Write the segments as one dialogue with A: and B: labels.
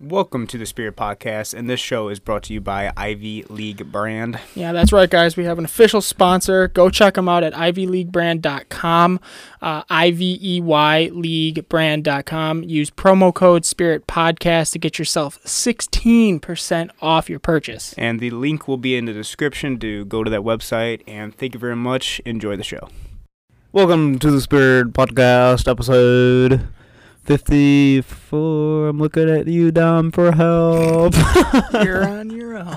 A: Welcome to the Spirit Podcast, and this show is brought to you by Ivy League Brand.
B: Yeah, that's right, guys. We have an official sponsor. Go check them out at ivyleaguebrand.com, uh, I-V-E-Y leaguebrand.com. Use promo code Spirit Podcast to get yourself 16% off your purchase.
A: And the link will be in the description to go to that website. And thank you very much. Enjoy the show.
C: Welcome to the Spirit Podcast, episode 54. I'm looking at you, Dom, for help.
B: You're on your own.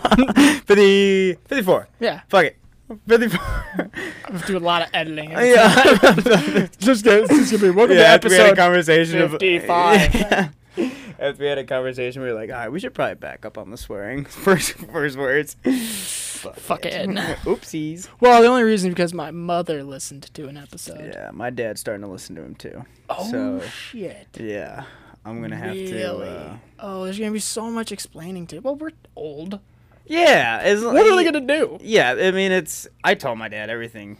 A: 50, 54.
B: Yeah,
A: Fuck it. 54.
B: I have to do a lot of editing.
A: yeah.
B: just, gonna- it's just gonna be welcome
A: yeah,
B: to
A: after we had a
B: episode.
A: conversation of-
B: 55.
A: Yeah. After we had a conversation, we were like, all right, we should probably back up on the swearing. First, first words. Fuck,
B: Fuck it.
A: Oopsies.
B: Well, the only reason is because my mother listened to an episode.
A: Yeah, my dad's starting to listen to him too.
B: Oh
A: So-
B: shit.
A: Yeah, I'm gonna have
B: really?
A: to. Uh,
B: oh, there's gonna be so much explaining to. Well, we're old.
A: yeah, as,
B: What are they gonna do?
A: Yeah, I mean, it's. I told my dad everything.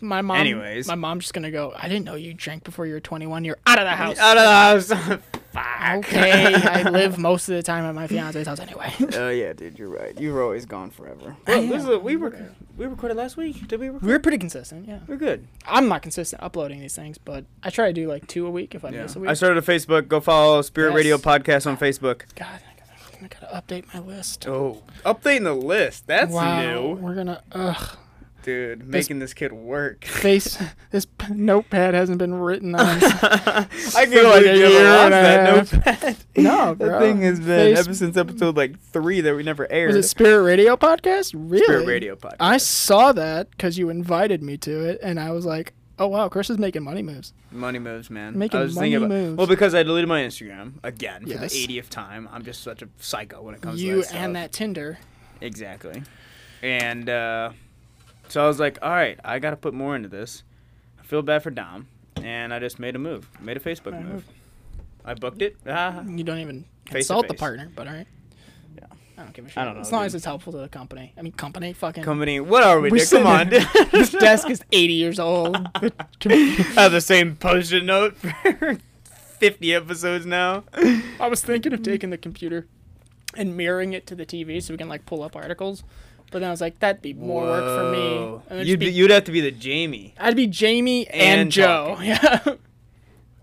B: My mom.
A: Anyways.
B: my mom's just gonna go. I didn't know you drank before you were 21. You're out of the house.
A: Out of the house. Fuck.
B: okay, I live most of the time at my fiance's house anyway.
A: Oh yeah, dude, you're right. You were always gone forever.
B: I
A: Well, this is
B: am.
A: a, we were we recorded last week. Did we? Record?
B: We're pretty consistent, yeah.
A: We're good.
B: I'm not consistent uploading these things, but I try to do like two a week if I miss a week.
A: I started a Facebook. Go follow Spirit
B: Yes.
A: Radio Podcast on Facebook.
B: God, I gotta, I gotta update my list.
A: Oh, updating the list. That's
B: wow,
A: new,
B: we're gonna ugh
A: dude. Making this kid work.
B: face. this p- notepad hasn't been written on. s-
A: I
B: For
A: can't
B: like
A: believe
B: a
A: you ever
B: year
A: lost
B: and a
A: that
B: half.
A: notepad.
B: no,
A: That
B: bro.
A: thing has been
B: Face-
A: ever since episode like three that we never aired.
B: Was it Spirit Radio podcast? Really?
A: Spirit Radio podcast.
B: I saw that because you invited me to it, and I was like, "Oh wow, Chris is making money moves."
A: money moves, man.
B: Making
A: I was thinking
B: money
A: about,
B: moves.
A: Well, because I deleted my Instagram again for
B: Yes.
A: the 80th time. I'm just such a psycho when it comes to
B: You
A: that stuff.
B: and that Tinder.
A: exactly. And uh, so I was like, all right, I got to put more into this. I feel bad for Dom, and I just made a move, made a Facebook
B: Alright.
A: move. I booked it. Ah,
B: You don't even
A: to
B: consult the
A: face.
B: partner, but all right.
A: Yeah.
B: I don't give a shit.
A: I don't know,
B: As long
A: dude.
B: as it's helpful to the company. I mean, company. Fucking.
A: company, what are we?
B: We
A: doing?
B: sit
A: Come on,
B: there. this desk is 80 years old. I
A: have the same post-it note for 50 episodes now.
B: was thinking of taking the computer and mirroring it to the TV so we can like pull up articles, but then I was like, that'd be more work for me.
A: Whoa.
B: And it'd
A: You'd,
B: just
A: be,
B: be-
A: you'd have to be the Jamie.
B: I'd be Jamie and,
A: And
B: Joe.
A: talking.
B: Yeah.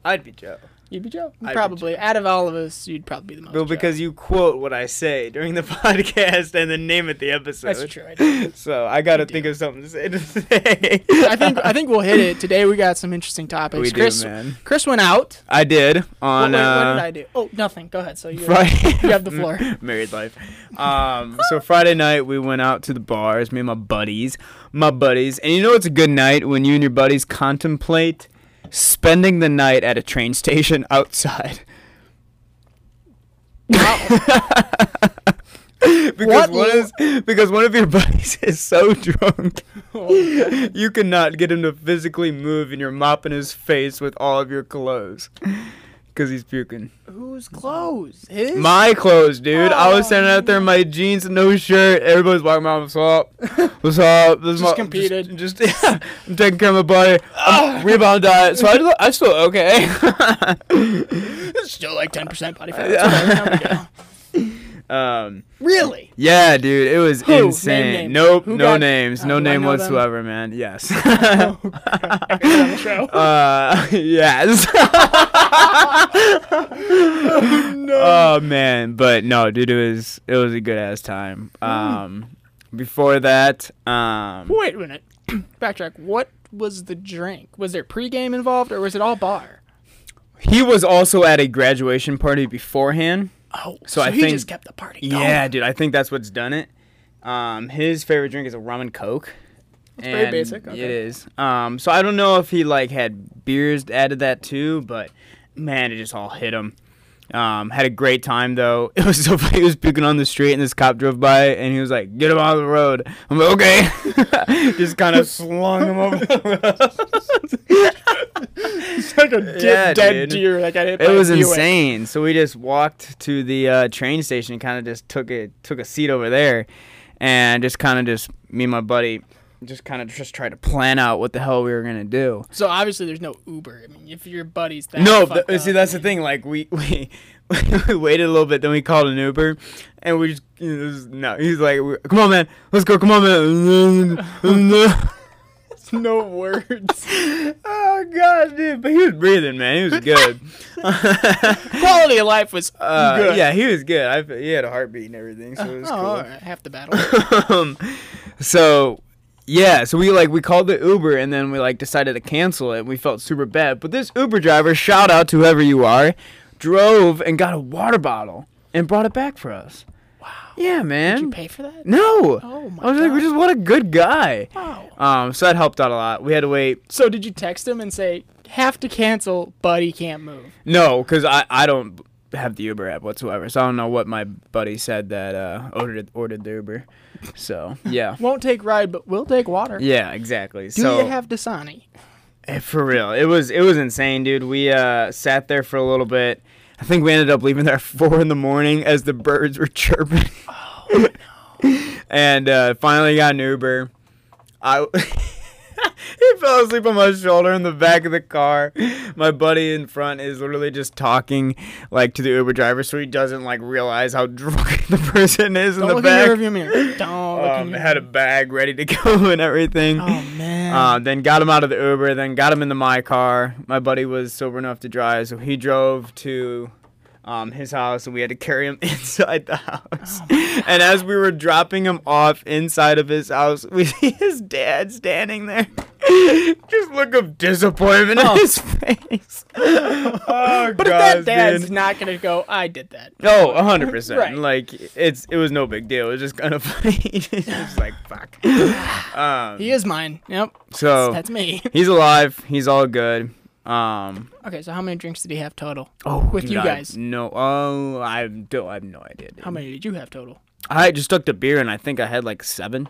A: I'd be Joe.
B: You'd be Joe.
A: I'd be
B: probably. Out of all of us, you'd probably be the most.
A: Well,
B: Joe.
A: because you quote what I say during the podcast and then name it the episode.
B: that's true. I, do.
A: So I got to
B: do.
A: think of something to say. today.
B: I think I think we'll hit it today. We got some interesting topics.
A: We do,
B: Chris,
A: man.
B: Chris went out.
A: I did on
B: what, wait,
A: uh,
B: what did I do? Oh, nothing. Go ahead. So you
A: Friday.
B: you have the floor.
A: Married life. Um, so Friday night we went out to the bars, me and my buddies, my buddies, and you know it's a good night when you and your buddies contemplate spending the night at a train station outside. because
B: What
A: one is because one of your buddies is so drunk,
B: Oh,
A: you cannot get him to physically move, and you're mopping his face with all of your clothes because he's puking.
B: Who's clothes? His.
A: My clothes, dude. I was
B: Oh,
A: standing out there in my jeans and no shirt. Everybody's walking around. What's up? What's up? This is
B: Just
A: my-
B: competed. Ah.
A: Just, just- I'm taking care of my body. I'm rebound diet. So I, just, I still okay.
B: Still like ten percent body fat. That's whatever. No big deal.
A: um,
B: really?
A: yeah, dude. It was
B: Who? Name
A: insane.
B: names.
A: Nope.
B: Who
A: no
B: got-
A: names.
B: Uh,
A: no
B: do I
A: name
B: know them?
A: whatsoever, man. Yes. Oh,
B: On the show.
A: uh, yes. Oh man, but no, dude, it was it was a good ass time. Um, before that, um,
B: Wait a minute. Backtrack. What was the drink? Was there pregame involved, or was it all bar?
A: he was also at a graduation party beforehand.
B: Oh,
A: So
B: so,
A: I
B: he
A: think-
B: just kept the party. Going.
A: Yeah, dude, I think that's what's done it. Um, his favorite drink is a rum and coke. It's
B: very basic, okay.
A: It is. Um, so I don't know if he like had beers added that too, but man, it just all hit him. Um, had a great time though. It was so funny. He was puking on the street, and this cop drove by, and he was like, "Get him out of the road." I'm like, "Okay," just kind of slung him over the
B: it's like a dead,
A: Yeah,
B: dead
A: dude.
B: deer that got hit.
A: it
B: by a
A: was
B: Buick.
A: insane. So we just walked to the uh, train station, kind of just took it, took a seat over there, and just kind of just me and my buddy just kind of just tried to plan out what the hell we were gonna do.
B: So obviously, there's no Uber. I mean, if your buddies that
A: no,
B: fucked
A: th- see,
B: up,
A: that's the thing. Like we we, we waited a little bit, then we called an Uber, and we just you know, just- no. He's like, we- "Come on, man, let's go. Come on, man."
B: it's no words.
A: oh god, dude! But he was breathing, man. He was good.
B: Quality of life was
A: Uh,
B: good.
A: Yeah, he was good. I, fe- he had a heartbeat and everything, so it was
B: oh,
A: cool.
B: all right, half the battle.
A: um, so yeah, so we like we called the Uber and then we like decided to cancel it. We felt super bad, but this Uber driver, shout out to whoever you are, drove and got a water bottle and brought it back for us. Wow. Yeah, man.
B: Did you pay for that?
A: no.
B: Oh my
A: I was like, we
B: God.
A: just what a good guy.
B: Wow.
A: Um, so that helped out a lot. We had to wait.
B: So did you text him and say have to cancel, buddy can't move?
A: No, because I I don't have the Uber app whatsoever, so I don't know what my buddy said that uh ordered ordered the Uber. So yeah.
B: Won't take ride, but will take water.
A: Yeah, exactly.
B: Do
A: so
B: you have Dasani?
A: Eh, For real, it was it was insane, dude. We uh, sat there for a little bit. I think we ended up leaving there at four in the morning as the birds were chirping.
B: Oh,
A: and uh, finally got an Uber. I he fell asleep on my shoulder in the back of the car. My buddy in front is literally just talking like to the Uber driver, so he doesn't like realize how drunk the person is in
B: Don't
A: the
B: look
A: back.
B: in your rearview mirror. Don't look in
A: um,
B: your
A: had a bag ready to go and everything.
B: Oh man.
A: Uh, then got him out of the Uber. Then got him into my car. My buddy was sober enough to drive, so he drove to um, his house, and we had to carry him inside the house.
B: Oh.
A: and as we were dropping him off inside of his house, we see his dad standing there, just look of disappointment on his face. oh,
B: Oh. but
A: gosh,
B: if that dad's
A: dude.
B: not gonna go, I did that.
A: No, a hundred percent.
B: Right.
A: Like it's it was no big deal. It was just kind of funny. It's just like fuck. Um,
B: He is mine. Yep.
A: so
B: That's me.
A: He's alive. He's all good. Um.
B: okay, so how many drinks did he have total?
A: Oh,
B: With you guys.
A: No. Oh, I don't. I have no idea. Dude.
B: How many did you have total?
A: I just took the beer, and I think I had like seven.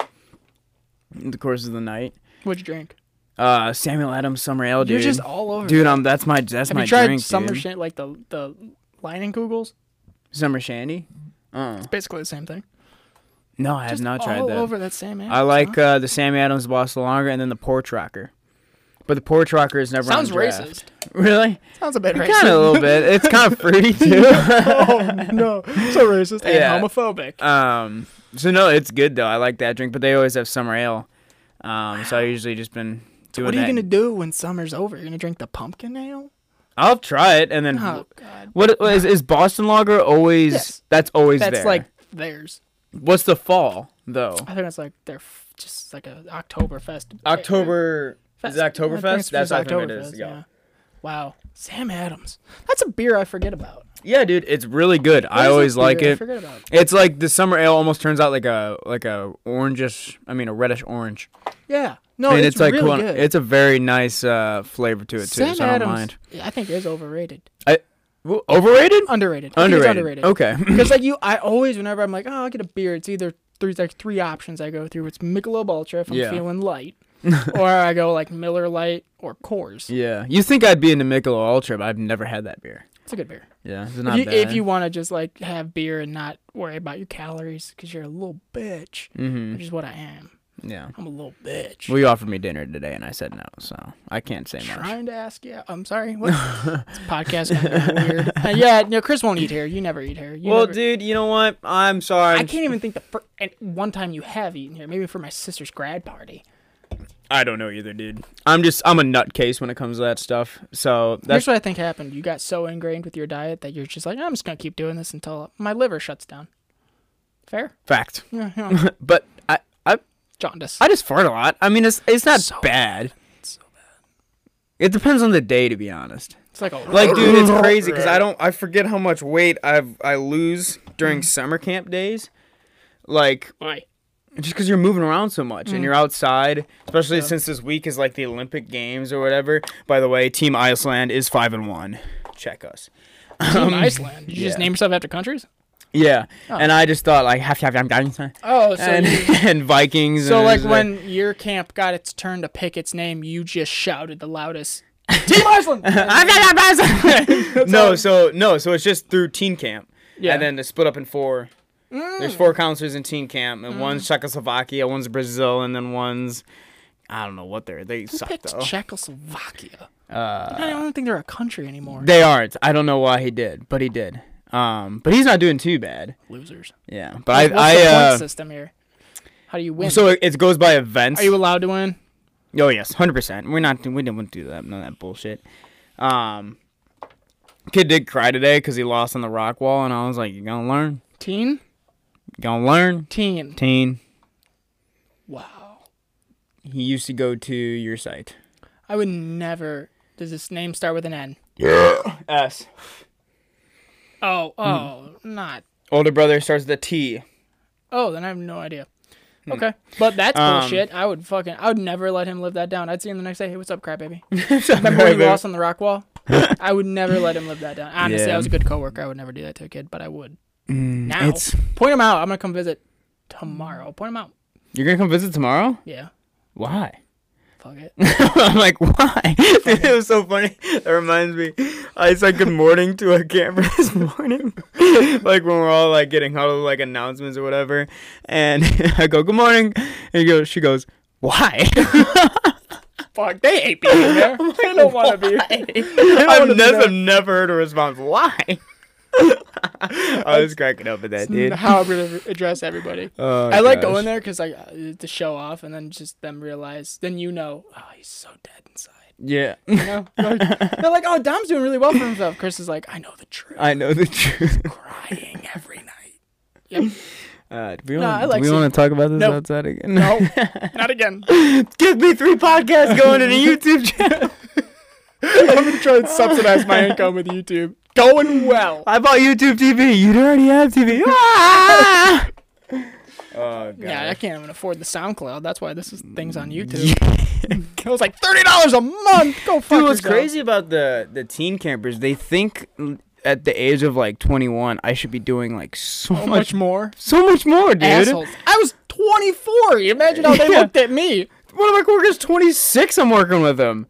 A: In the course of the night.
B: What'd you drink?
A: Uh, Samuel Adams summer ale, dude.
B: You're just all over.
A: dude, um, that's my that's
B: Have
A: my
B: you tried
A: drink,
B: summer
A: dude.
B: shit like the the lining googles?
A: summer shandy. Uh,
B: Basically the same thing.
A: no, I have
B: Just
A: not
B: all
A: tried that.
B: over that same.
A: I like uh, the Sammy Adams Boston Lager and then the Porch Rocker, but the Porch Rocker is never
B: Sounds
A: on draft.
B: racist.
A: Really?
B: Sounds a bit racist.
A: Kind of a little bit. It's kind of fruity too.
B: oh no, so racist and
A: Yeah.
B: homophobic.
A: Um, so no, it's good though. I like that drink, but they always have summer ale. Um, so I usually just been doing
B: what are you
A: that.
B: gonna do when summer's over? You're gonna drink the pumpkin ale?
A: I'll try it, and then
B: Oh god,
A: what what is, is Boston Lager always?
B: Yes.
A: That's always
B: that's
A: there.
B: like theirs.
A: what's the fall though?
B: I think that's like their f- just like a Oktoberfest.
A: October is it
B: Fest. I think
A: Oktoberfest?
B: it's
A: That's
B: just
A: what I think it is.
B: Oktoberfest,
A: Yeah.
B: Wow, Sam Adams. That's a beer I forget about.
A: Yeah, dude, it's really good.
B: What
A: I
B: is
A: always
B: that
A: like
B: beer I
A: it.
B: forget about.
A: It's like the summer ale almost turns out like a like a orangish. I mean, a reddish orange.
B: Yeah. No,
A: and
B: Oh, it's,
A: it's, like
B: really
A: cool-
B: good.
A: it's a very nice uh, flavor to it too.
B: Sam
A: so I don't
B: Adams.
A: mind.
B: I think is overrated.
A: I, well, overrated?
B: Underrated. I think it's
A: Underrated.
B: underrated.
A: Okay.
B: Because like you, I always whenever I'm like, oh, I'll get a beer. It's either three like three options I go through. It's Michelob Ultra if I'm
A: Yeah.
B: feeling light, or I go like Miller Light or Coors.
A: Yeah, you think I'd be into Michelob Ultra, but I've never had that beer.
B: It's a good beer.
A: Yeah, it's
B: If
A: not
B: you,
A: bad.
B: if you want to just like have beer and not worry about your calories, because you're a little bitch,
A: mm-hmm.
B: which is what I am.
A: yeah.
B: I'm a little bitch.
A: Well, you offered me dinner today, and I said no, so I can't say much.
B: Trying to ask you. I'm sorry. What? this podcast got weird. Uh, yeah, no, Chris won't eat hair. You never eat hair. You never-
A: dude, you know what? I'm sorry.
B: I can't even think the fir- and one time you have eaten here, maybe for my sister's grad party.
A: I don't know either, dude. I'm just I'm a nutcase when it comes to that stuff. So
B: That's
A: that's
B: what I think happened. You got so ingrained with your diet that you're just like, I'm just gonna keep doing this until my liver shuts down. Fair?
A: fact.
B: Yeah, yeah.
A: But I I
B: Jaundice.
A: I just fart a lot. I mean, it's it's not
B: So
A: bad. It depends on the day, to be honest.
B: It's like a
A: Like, dude, it's crazy because I don't. I forget how much weight I've I lose during
B: Mm.
A: summer camp days. Like
B: Why?
A: just because you're moving around so much
B: Mm.
A: and you're outside, especially since this week is like the Olympic Games or whatever. By the way, Team Iceland is five and one. Check us.
B: Team Iceland. Did you just
A: yeah.
B: name yourself after countries?
A: Yeah, and I just thought like half half half half
B: Oh, so
A: and
B: you,
A: and Vikings.
B: so
A: and
B: like
A: it's
B: when your camp got its turn to pick its name, you just shouted the loudest. Team Iceland.
A: I'm not that bad. no, so no, so it's just through teen camp.
B: Yeah. Mm.
A: and then it's split up in four There's four counselors in teen camp, and one's Czechoslovakia, one's Brazil, and then one's I don't know what they're they
B: Who
A: suck
B: picked
A: though.
B: Czechoslovakia?
A: uh,
B: I don't think they're a country anymore.
A: they aren't. I don't know why he did, but he did. Um, but he's not doing too bad.
B: Losers.
A: Yeah, but
B: What's
A: I,
B: the
A: I
B: point
A: uh,
B: system here? How do you win?
A: so it, it goes by events.
B: Are you allowed to win?
A: Oh yes, hundred percent. We're not. We didn't do that. None of that bullshit. Um, kid did cry today because he lost on the rock wall, and I was like, "You gonna learn?
B: Teen?
A: You gonna learn?"
B: Teen.
A: Teen.
B: Wow.
A: He used to go to your site.
B: I would never. Does this name start with an N?
A: S.
B: Oh, oh, not.
A: Older brother starts with a T.
B: Oh, then I have no idea. Okay, but that's
A: Um,
B: bullshit. I would fucking, I would never let him live that down. I'd see him the next day. Hey, what's up, crap baby? Remember when you
A: Crybaby.
B: lost on the rock wall? I would never let him live that down. Honestly,
A: Yeah.
B: I was a good coworker. I would never do that to a kid, but I would. now,
A: Mm, it's-
B: point him out. I'm gonna come visit tomorrow. Point him out.
A: You're gonna come visit tomorrow?
B: Yeah,
A: Why?
B: fuck it.
A: I'm like, why? Dude, it was so funny. That reminds me. I said good morning to a camper this morning. like when we're all like getting huddled, like announcements or whatever. And I go, good morning. And he goes, she goes, why?
B: fuck, they hate being there. I don't want to be.
A: I've,
B: wanna be
A: never,
B: there.
A: I've never heard a response, why? I was cracking up at that, dude.
B: How I'm gonna address everybody.
A: Oh,
B: I like
A: gosh.
B: going there because like uh, to show off, and then just them realize, then you know, oh, he's so dead inside.
A: Yeah.
B: You know, Like, they're like, oh, Dom's doing really well for himself. Chris is like, I know the truth.
A: I know the truth.
B: crying every night.
A: Uh, do we
B: Nah,
A: wanna-
B: I
A: do
B: like
A: we
B: seeing-
A: want to talk about this
B: Nope.
A: outside again?
B: No, not again.
A: Give me three podcasts going to the YouTube channel.
B: I'm gonna try and subsidize my income with YouTube. Going well.
A: I bought YouTube TV. You already have TV. Ah! oh god.
B: Yeah, I can't even afford the SoundCloud. That's why this is things on YouTube. it was like thirty dollars a month. Go fuck
A: Mm, Dude, what's
B: yourself.
A: crazy about the the teen campers? They think l- at the age of like 21, I should be doing like so
B: So
A: much,
B: Oh, much more.
A: so much more, dude.
B: Assholes. I was 24. You imagine how they
A: Yeah.
B: looked at me.
A: One of my coworkers, 26. I'm working with him.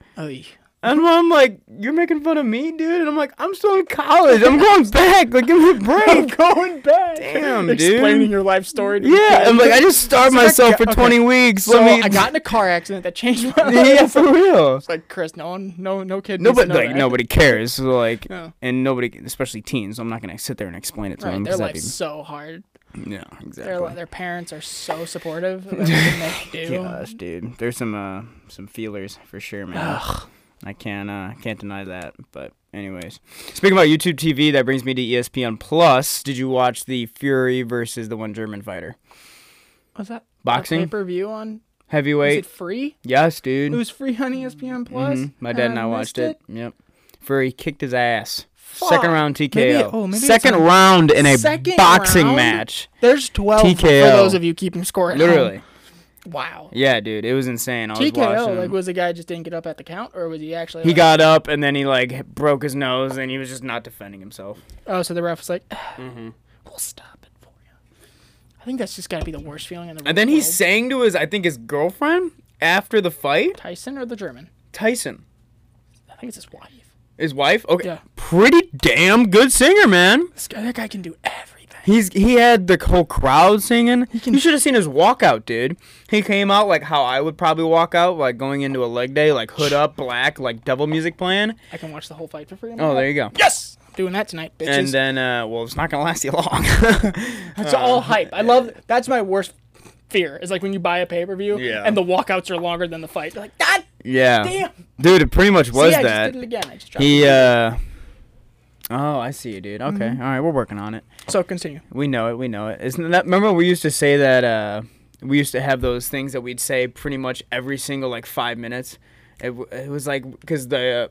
A: And I'm like, you're making fun of me, dude. And I'm like, I'm still in college. I'm going back. Like, give me a break.
B: going back.
A: Damn, dude.
B: Explaining your life story. To the
A: Yeah,
B: kid.
A: I'm like, I just starved
B: So I
A: myself
B: got-
A: for
B: okay.
A: 20 weeks.
B: So
A: Let me.
B: I got in a car accident that changed my life.
A: yeah, for real.
B: It's like Chris, no one, no, no kid. needs to
A: Nobody,
B: know
A: like,
B: that.
A: nobody cares. So, like,
B: No.
A: and nobody, especially teens. I'm not gonna sit there and explain it to
B: Right,
A: them.
B: their
A: 'cause that'd
B: life's so hard.
A: be- yeah,
B: Their
A: exactly.
B: li- their parents are so supportive of everything they do.
A: Gosh, dude, there's some uh some feelers for sure, man. I can't uh can't deny that. But anyways, speaking about YouTube TV, that brings me to E ESPN Plus. Did you watch the Fury versus the one German fighter
B: What's that? Pay
A: boxing
B: per view on? Is
A: heavyweight?
B: it free?
A: Yes,
B: It
A: dude.
B: was free E on ESPN Plus.
A: Mhm. My dad and I, watched it.
B: missed
A: Yep. Fury kicked his ass.
B: Fuck.
A: Second round TKO.
B: oh, maybe it's
A: Second
B: on-
A: round in a
B: Second
A: boxing
B: round?
A: match.
B: There's 12 for
A: TKO.
B: those of you keeping score. at home.
A: Literally.
B: Wow.
A: Yeah, dude. It was insane. I was watching.
B: TKO.
A: him.
B: Like, was the guy just didn't get up at the count, or was he actually?
A: he
B: like-
A: got up and then he like broke his nose and he was just not defending himself.
B: Oh, so the ref was like,
A: Mm-hmm.
B: "We'll stop it for you." I think that's just got to be the worst feeling in the
A: And then he
B: world.
A: sang to his I think his girlfriend after the fight.
B: Tyson or the German.
A: Tyson.
B: I think it's his wife.
A: His wife. Okay.
B: Yeah.
A: Pretty damn good singer, man.
B: This guy, that guy can do everything.
A: He's he had the whole crowd singing. you should have seen his walkout, dude. He came out like how I would probably walk out, like going into a leg day, like hood up, black, like devil music playing.
B: I can watch the whole fight for free.
A: Oh, there you go.
B: Yes, I'm doing that tonight, bitches.
A: And then, uh, well, it's not gonna last you long.
B: it's
A: uh,
B: all hype. I love. That's my worst fear. Is like when you buy a pay per view
A: Yeah.
B: and the walkouts are longer than the fight. You're like, God
A: yeah,
B: damn. See,
A: dude, it pretty much was
B: I
A: that.
B: just did it again. I just dropped
A: He,
B: it.
A: uh, oh, I see you, dude. Okay,
B: Mm-hmm.
A: all right, we're working on it.
B: So continue.
A: We know it. We know it. Isn't that? Remember, we used to say that. Uh, we used to have those things that we'd say pretty much every single like five minutes. It, w- it was like because the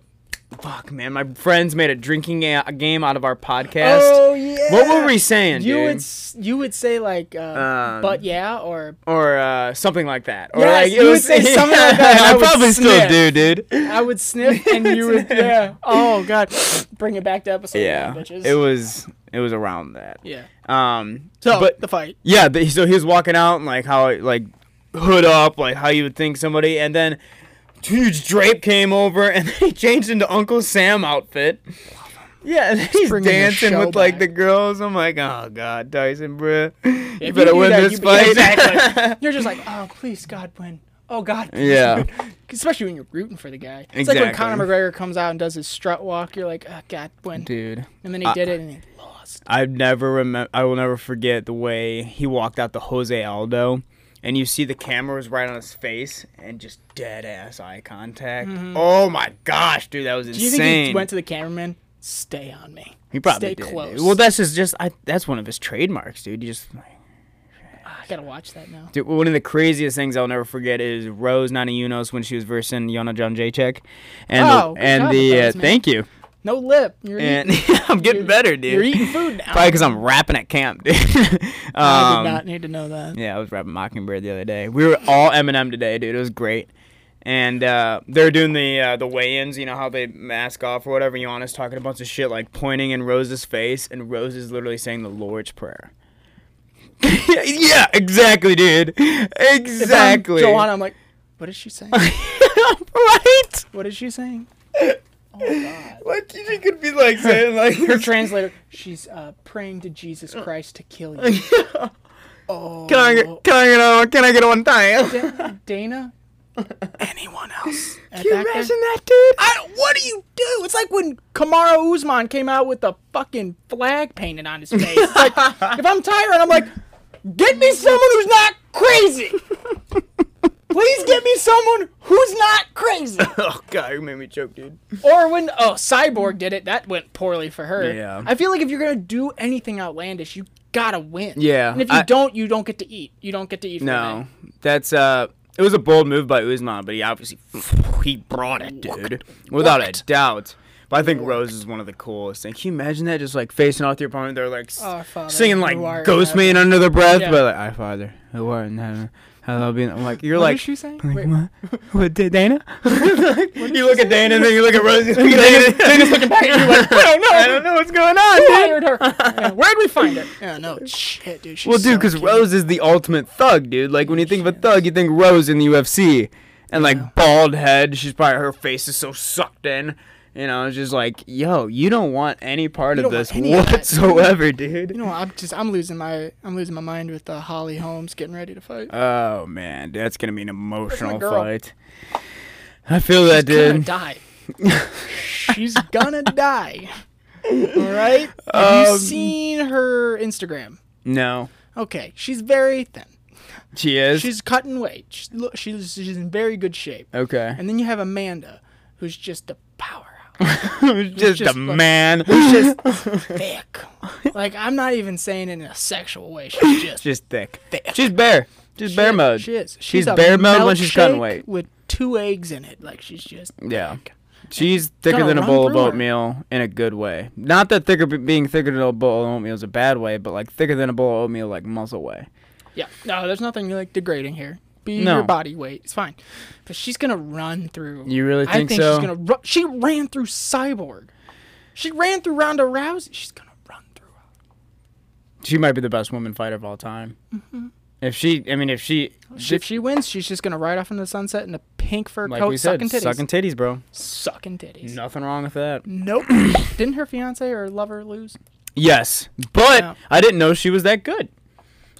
A: uh, fuck man, my friends made a drinking ga- a game out of our podcast.
B: Oh, yeah.
A: What were we saying,
B: You
A: dude?
B: would s- you would say like, uh,
A: Um,
B: but yeah, or
A: or uh, something like that. Or
B: Yes,
A: like
B: you would say something like that, and I
A: I,
B: would
A: probably still
B: sniff.
A: do, dude.
B: I would sniff and you would yeah. Oh god, bring it back to episode.
A: Yeah,
B: one, bitches.
A: it was it was around that.
B: Yeah.
A: Um,
B: So
A: but
B: the fight.
A: Yeah, but he, so he was walking out and like how like hood up, like how you would think somebody, and then huge drape came over and then he changed into Uncle Sam outfit. Yeah, he's
B: bringing the
A: dancing
B: show
A: with like
B: back.
A: the girls. I'm like, oh god, Tyson, bruh, you
B: If
A: better
B: do
A: win
B: that,
A: this
B: you be-
A: fight.
B: exactly. You're just like, oh, please, God, win. Oh, God. please
A: Yeah.
B: win." Especially when you're rooting for the guy. It's like when
A: Exactly.
B: Conor McGregor comes out and does his strut walk. You're like, oh, God, win.
A: Dude,
B: And then he
A: I-
B: did it and he lost.
A: I've never remember. I will never forget the way he walked out to Jose Aldo, and you see the camera was right on his face and just dead ass eye contact. Oh my gosh, dude, that was
B: Mm-hmm. Do
A: insane.
B: you think he went to the cameraman? Stay on me.
A: He probably
B: stay
A: did.
B: close.
A: Well, that's just just I, that's one of his trademarks, dude. You just like,
B: I gotta watch that now.
A: Dude, one of the craziest things I'll never forget is Rose Naniunos when she was versing Yana John Jacek, and
B: Oh,
A: the,
B: good
A: and
B: job
A: the
B: with
A: uh,
B: those, man.
A: thank you,
B: No lip. You're
A: and
B: eating,
A: I'm getting
B: you're-
A: better, dude.
B: You're eating food now.
A: Probably because I'm rapping at camp, dude. um,
B: I did not need to know that.
A: Yeah, I was rapping Mockingbird the other day. We were all Eminem today, dude. It was great. And uh, they're doing the uh, the weigh-ins, you know how they mask off or whatever. Giannis talking a bunch of shit, like pointing in Rose's face, and Rose is literally saying the Lord's prayer. yeah, exactly, dude.
B: If um, I'm
A: Exactly.
B: Joanna, I'm like, what is she saying?
A: right?
B: what is she saying? Oh, God.
A: Like she could be like saying like
B: Her translator, she's uh, praying to Jesus Christ to kill you. Oh,
A: Can I get, can I get on can I get on time?
B: Da- Dana? Anyone else?
A: Can you imagine that, dude?
B: I, what do you do? It's like when Kamara Usman came out with the fucking flag painted on his face. It's like, if I'm tired, I'm like, get me someone who's not crazy. Please get me someone who's not crazy.
A: oh god, you made me choke, dude.
B: Or when oh Cyborg did it, that went poorly for her.
A: Yeah.
B: I feel like if you're gonna do anything outlandish, you gotta win.
A: Yeah,
B: And if you
A: I-
B: don't, you don't get to eat. You don't get to eat. For
A: No, that's uh, it was a bold move by Usman, but he obviously he brought it, dude, without a doubt. But I think Rose is one of the coolest. things. Can you imagine that? Just like facing off to your opponent, they're like s-
B: Our Father,
A: singing like
B: who art in
A: Ghost
B: heaven."
A: Man under their breath,
B: Yeah.
A: but like, "I Father, who art in heaven." Hello, being I'm like you're
B: What
A: like
B: is she saying?
A: like,
B: Wait.
A: what? What did Dana? you look at Dana and then you look at Rose. You look at Dana. Dana's looking back at you like I don't know. I don't know what's going on.
B: Who
A: dude."
B: hired her? Yeah, where'd we find her? Yeah, no shit, dude. She's
A: Well, dude,
B: so
A: because
B: cute.
A: Rose is the ultimate thug, dude. Like when you think of a thug, you think Rose in the UFC, and like bald head. She's probably her face is so sucked in. You know, it's just like, yo, you don't want any part
B: You
A: of
B: don't
A: this
B: want any of that.
A: whatsoever, dude.
B: You know, I'm just I'm losing my I'm losing my mind with uh, Holly Holmes getting ready to fight.
A: oh man, dude, that's gonna be an emotional
B: girl?
A: fight. I feel that,
B: She's gonna
A: dude.
B: die. She's gonna die. All right. Have you
A: Um,
B: seen her Instagram?
A: No,
B: Okay, she's very thin.
A: she is.
B: She's cutting weight. She's, look, she's she's in very good shape.
A: okay.
B: And then you have Amanda, who's just a powerhouse,
A: just,
B: just
A: a
B: like-
A: man.
B: just thick. Like I'm not even saying it in a sexual way. She's just
A: just thick.
B: thick.
A: She's bare. She's
B: She
A: bare
B: is-
A: mode.
B: She is. She's,
A: She's
B: a
A: bare mode when she's cutting
B: milkshake
A: weight.
B: With two eggs in it, like she's just.
A: Yeah. She's thicker
B: gonna
A: than a
B: run
A: bowl of
B: through her.
A: oatmeal in a good way. Not that thicker being thicker than a bowl of oatmeal is a bad way, but like thicker than a bowl of oatmeal like muscle way.
B: Yeah. No, there's nothing like degrading here. Be
A: No.
B: your body weight. It's fine. But she's gonna run through.
A: You really
B: I
A: think,
B: think
A: so?
B: she's gonna. Ru- she ran through Cyborg. She ran through Ronda Rousey. She's gonna run through.
A: She might be the best woman fighter of all time. If she, I mean, if she,
B: Mm-hmm. If she wins, she's just gonna ride off into the sunset in a pink fur
A: like
B: coat,
A: we said,
B: sucking titties.
A: sucking titties, bro.
B: Sucking titties.
A: Nothing wrong with that.
B: Nope. Didn't her fiance or lover lose?
A: Yes, but
B: Yeah.
A: I didn't know she was that good.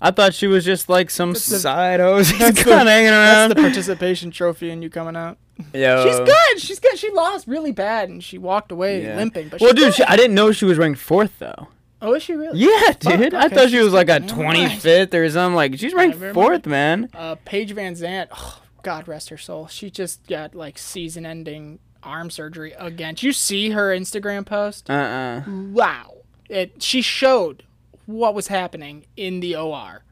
A: I thought she was just like some
B: That's the-
A: side hose, kind
B: that's
A: of
B: the-
A: hanging
B: That's the
A: around. Uh,
B: participation trophy and you coming out.
A: Yo.
B: She's good. She's good. She lost really bad and she walked away
A: Yeah.
B: limping. But
A: well,
B: she's
A: dude,
B: good.
A: she, I didn't know she was ranked fourth though.
B: oh, is she really?
A: Yeah, dude. I
B: okay,
A: thought she
B: she's
A: was like a
B: good. Never mind.
A: 25th or something. Like she's ranked
B: Never
A: fourth, man.
B: Uh, Paige Van Zant, oh, God rest her soul. She just got like season-ending arm surgery again. Did you see her Instagram post?
A: Uh uh
B: Wow. It. She showed what was happening in the OR.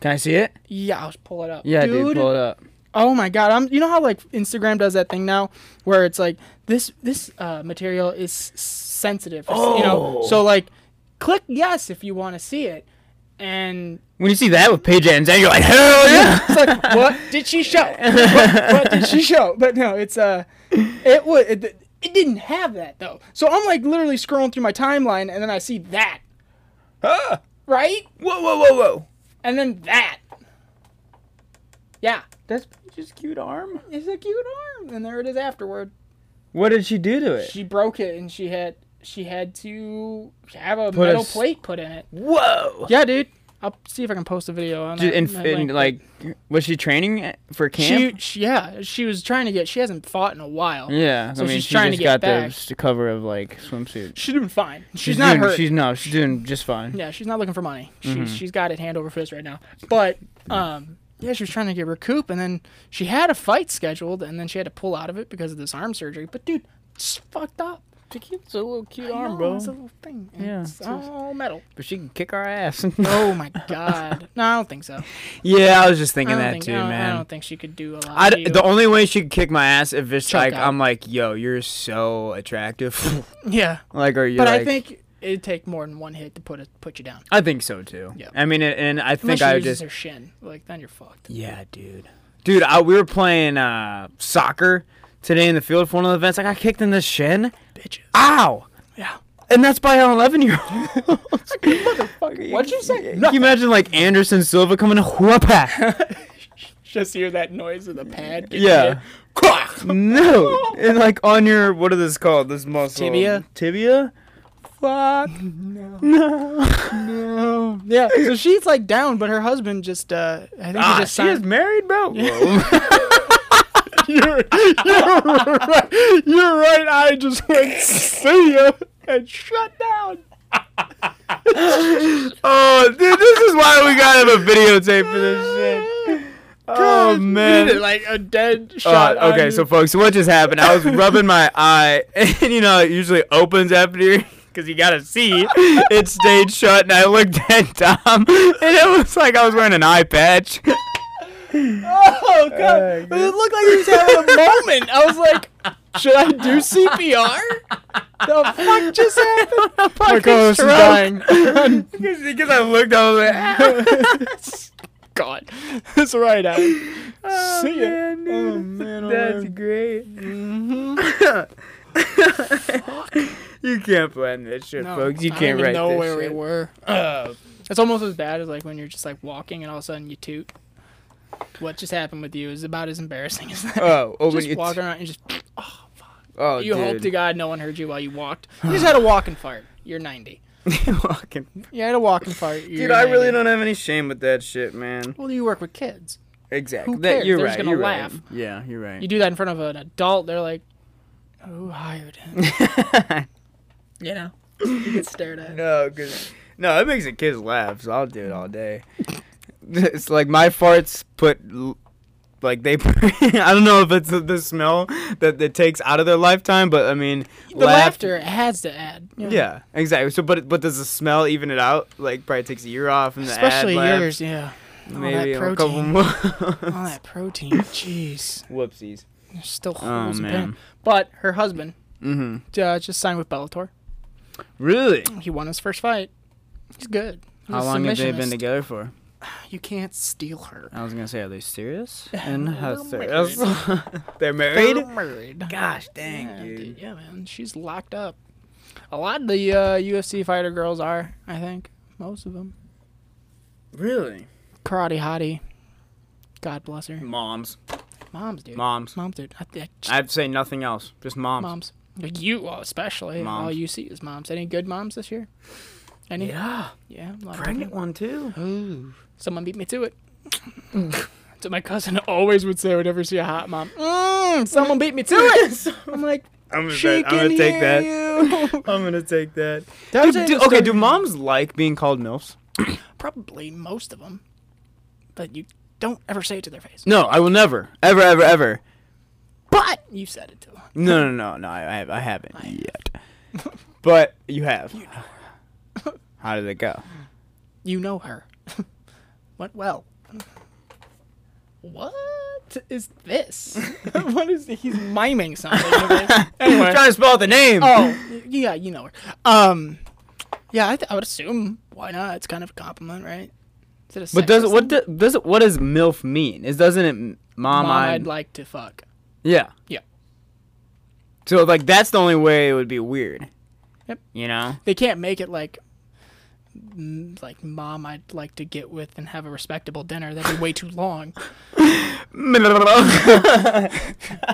A: Can I see it?
B: Yeah, I'll just pull it up.
A: Yeah, dude. Pull it up.
B: Oh my god, I'm you know how like Instagram does that thing now where it's like this this uh, material is s- sensitive, oh. you know.
A: Oh.
B: So like click yes if you want to see it. And
A: When you see that with Paige and Zang, you're like, hell yeah.
B: it's like what did she show? What, what did she show? But no, it's uh it would it, it didn't have that though. So I'm like literally scrolling through my timeline and then I see that. Right?
A: Ah! whoa, whoa, whoa, whoa.
B: And then that. Yeah.
A: That's Paige's cute arm.
B: It's a cute arm. And there it is afterward.
A: What did she do to it?
B: she broke it and she had she had to have a
A: Put a
B: metal
A: s-
B: plate put in it.
A: Whoa.
B: Yeah, dude. I'll see if I can post a video on
A: Dude,
B: that-
A: and,
B: that
A: and
B: link.
A: like, was she training at- for
B: she,
A: camp?
B: she, yeah, she was trying to get. She hasn't fought in a while.
A: yeah.
B: so
A: I mean,
B: she's
A: she
B: trying to
A: just got
B: get back.
A: the s- cover of like swimsuit.
B: She's doing fine. She's, not
A: doing,
B: hurt.
A: She's Mm-hmm. no. She's doing just fine.
B: Yeah, she's not looking for money. She's she's got it hand over fist right now. But um, yeah, she was trying to get recoup, and then she had a fight scheduled, and then she had to pull out of it because of this arm surgery. But dude, it's fucked up.
A: It's a little cute
B: I
A: arm,
B: know,
A: bro.
B: It's a little thing. and
A: Yeah,
B: it's
A: it's just-
B: all metal.
A: But she can kick our ass.
B: Oh my god. No, I don't think so.
A: yeah, I was just
B: I
A: thinking
B: don't
A: that
B: think,
A: too,
B: I don't-
A: man.
B: I don't think she could do a lot.
A: I
B: to
A: d-
B: you.
A: the only way she could kick my ass if it's
B: Choke
A: like
B: out.
A: I'm like, yo, you're so attractive.
B: yeah,
A: like, or you?
B: but
A: like,
B: I think it'd take more than one hit to put it put you down.
A: I think so too.
B: Yeah.
A: I mean, and- and I
B: Unless
A: think
B: she
A: I would
B: uses
A: just.
B: her shin, like then you're fucked.
A: Yeah, dude. Dude, I, we were playing uh, soccer today in the field for one of the events. I got kicked in the shin.
B: Bitches.
A: Ow!
B: Yeah.
A: And that's by an 11 year old. Motherfucker.
B: What'd you say?
A: Can you imagine like Anderson Silva coming to whoop
B: Just hear that noise of the pad. getting
A: Yeah.
B: hit.
A: No. And like on your, what is this called? This muscle.
B: Tibia?
A: Tibia? Fuck. No. No.
B: Yeah, so she's like down, but her husband just uh I think
A: Ah,
B: he
A: she
B: just signed
A: is married, bro.
B: You're right, I just went see ya and shut down.
A: oh, dude, this is why we gotta have a videotape for this shit. Oh man.
B: like a dead
A: Uh,
B: shot.
A: okay, so folks, what just happened? I was rubbing my eye, and you know it usually opens after you because you gotta see. It stayed shut, and I looked at Tom, and it was like I was wearing an eye patch.
B: Oh god.
A: Uh,
B: it looked like he was having a moment. I was like, should I do CPR? The fuck just happened? My
A: co-host is
B: dying.
A: Because I looked, I was like, ah.
B: god. That's right, Adam.
A: oh,
B: See ya.
A: man, dude.
B: Oh, man, oh,
A: that's
B: man. Mm-hmm.
A: great. you can't plan this shit, folks. You
B: I
A: can't
B: don't
A: write
B: even know
A: this
B: where
A: shit.
B: we were. Uh, it's almost as bad as like when you're just like walking and all of a sudden you toot. What just happened with you is about as embarrassing as that.
A: Oh, oh, when
B: just
A: you
B: walking around and just
A: oh,
B: you hope to
A: dude.
B: God no one heard you while you walked. You just had a walking fart. You're 90.
A: Walking.
B: You had a walking fart.
A: Dude, I really don't have any shame with that shit, man.
B: Well, you work with kids.
A: Exactly.
B: Who
A: That-
B: cares?
A: You're
B: They're
A: right.
B: just gonna
A: you're
B: laugh.
A: Right. Yeah, you're right.
B: You do that in front of an adult, they're like, "Who hired him?" you know, you get stared at.
A: no, cause no, it makes the kids laugh. So I'll do it all day. it's like my farts put. l- Like they, I don't know if it's the- the smell that it takes out of their lifetime, but I mean,
B: The
A: laugh-
B: laughter has to add. you know?
A: Yeah, exactly. So, but but does the smell even it out? Like, probably takes a year off, and the ad
B: especially
A: laugh,
B: yours. Yeah, all
A: Maybe
B: that
A: a couple
B: protein. Uh,
A: more.
B: all that protein. Jeez,
A: Whoopsies.
B: there's still
A: Oh
B: holes in
A: man.
B: him. But her husband
A: Mm-hmm.
B: uh, just signed with Bellator.
A: Really?
B: He won his first fight. He's good. He's a
A: How long have they been
B: submissionist.
A: together for?
B: You can't steal her.
A: I was gonna say, are they serious?
B: Oh
A: And how
B: They're
A: serious? They're
B: They're
A: married.
B: married.
A: Gosh dang,
B: yeah,
A: dude.
B: dude, yeah, man. She's locked up. A lot of the uh, UFC fighter girls are, I think. Most of them.
A: Really?
B: Karate Hottie. God bless her.
A: Moms.
B: Moms, dude.
A: Moms.
B: Moms, dude. I, I just,
A: I'd say nothing else. Just moms.
B: moms. Like you, uh, especially. All
A: Moms.
B: you see is moms. Any good moms this year? Any?
A: Yeah.
B: Yeah, a lot of
A: Pregnant one too.
B: Ooh. Someone beat me to it. That's what my cousin always would say whenever she a hot mom. Mm, someone beat me to it. I'm like,
A: I'm gonna,
B: she
A: I'm
B: can
A: gonna take that.
B: hear you.
A: I'm gonna take that.
B: That was
A: Dude,
B: a
A: do- okay,
B: story-
A: do moms like being called MILFs?
B: probably most of them, but you don't ever say it to their face.
A: No, I will never. Ever, ever, ever.
B: But you said it to them.
A: No, no, no, no. I, I, I haven't yet. but you have. How did it go?
B: You know her. what? Well. What is this? what is he's miming something?
A: I'm trying to spell out the name.
B: oh, y- yeah, you know her. Um, yeah, I, th- I would assume. Why not? It's kind of a compliment, right? Is it a
A: But does
B: sexist
A: it, what
B: thing?
A: do, does it, what does MILF mean? Is doesn't it m- mom?
B: Mom,
A: i
B: I'd like to fuck.
A: yeah.
B: Yeah.
A: So like that's the only way it would be weird.
B: Yep.
A: You know.
B: They can't make it like mm, like mom I'd like to get with and have a respectable dinner. That'd be way too long. I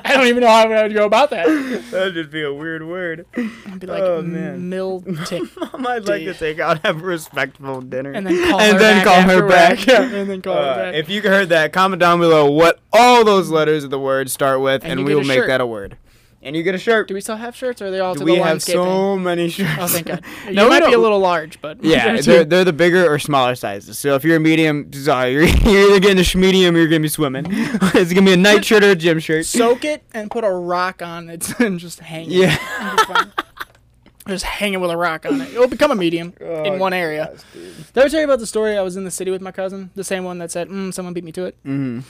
B: don't even know how I would go about that.
A: That'd just be a weird word.
B: I'd be like,
A: Oh,
B: oh,
A: man.
B: mill tick,
A: Mom, I'd like to take out have a respectful dinner.
B: and then call
A: And
B: her
A: then
B: back.
A: call her
B: afterward.
A: back.
B: Yeah, and then call
A: Uh,
B: her back.
A: if you heard that, comment down below what all those letters of the word start with,
B: And
A: and,
B: you
A: we
B: get
A: will
B: a
A: make
B: shirt.
A: that a word. And you get a shirt.
B: Do we still have shirts, or are they all
A: Do
B: to
A: we
B: the
A: have
B: landscaping?
A: so many shirts?
B: Oh, thank God. You
A: No, we
B: might be a
A: don't.
B: little large, but
A: Yeah, they're, they're the bigger or smaller sizes. So if you're a medium, sorry, you're, you're either getting a sh- medium or you're gonna be swimming. it's gonna be a night shirt or a gym shirt.
B: soak it and put a rock on it and just hang it.
A: yeah.
B: It'll be fine. just hang it with a rock on it. It'll become a medium
A: Oh,
B: in one area. Did I ever tell you about the story? I was in the city with my cousin, the same one that said, mm, someone beat me to it.
A: Mm-hmm.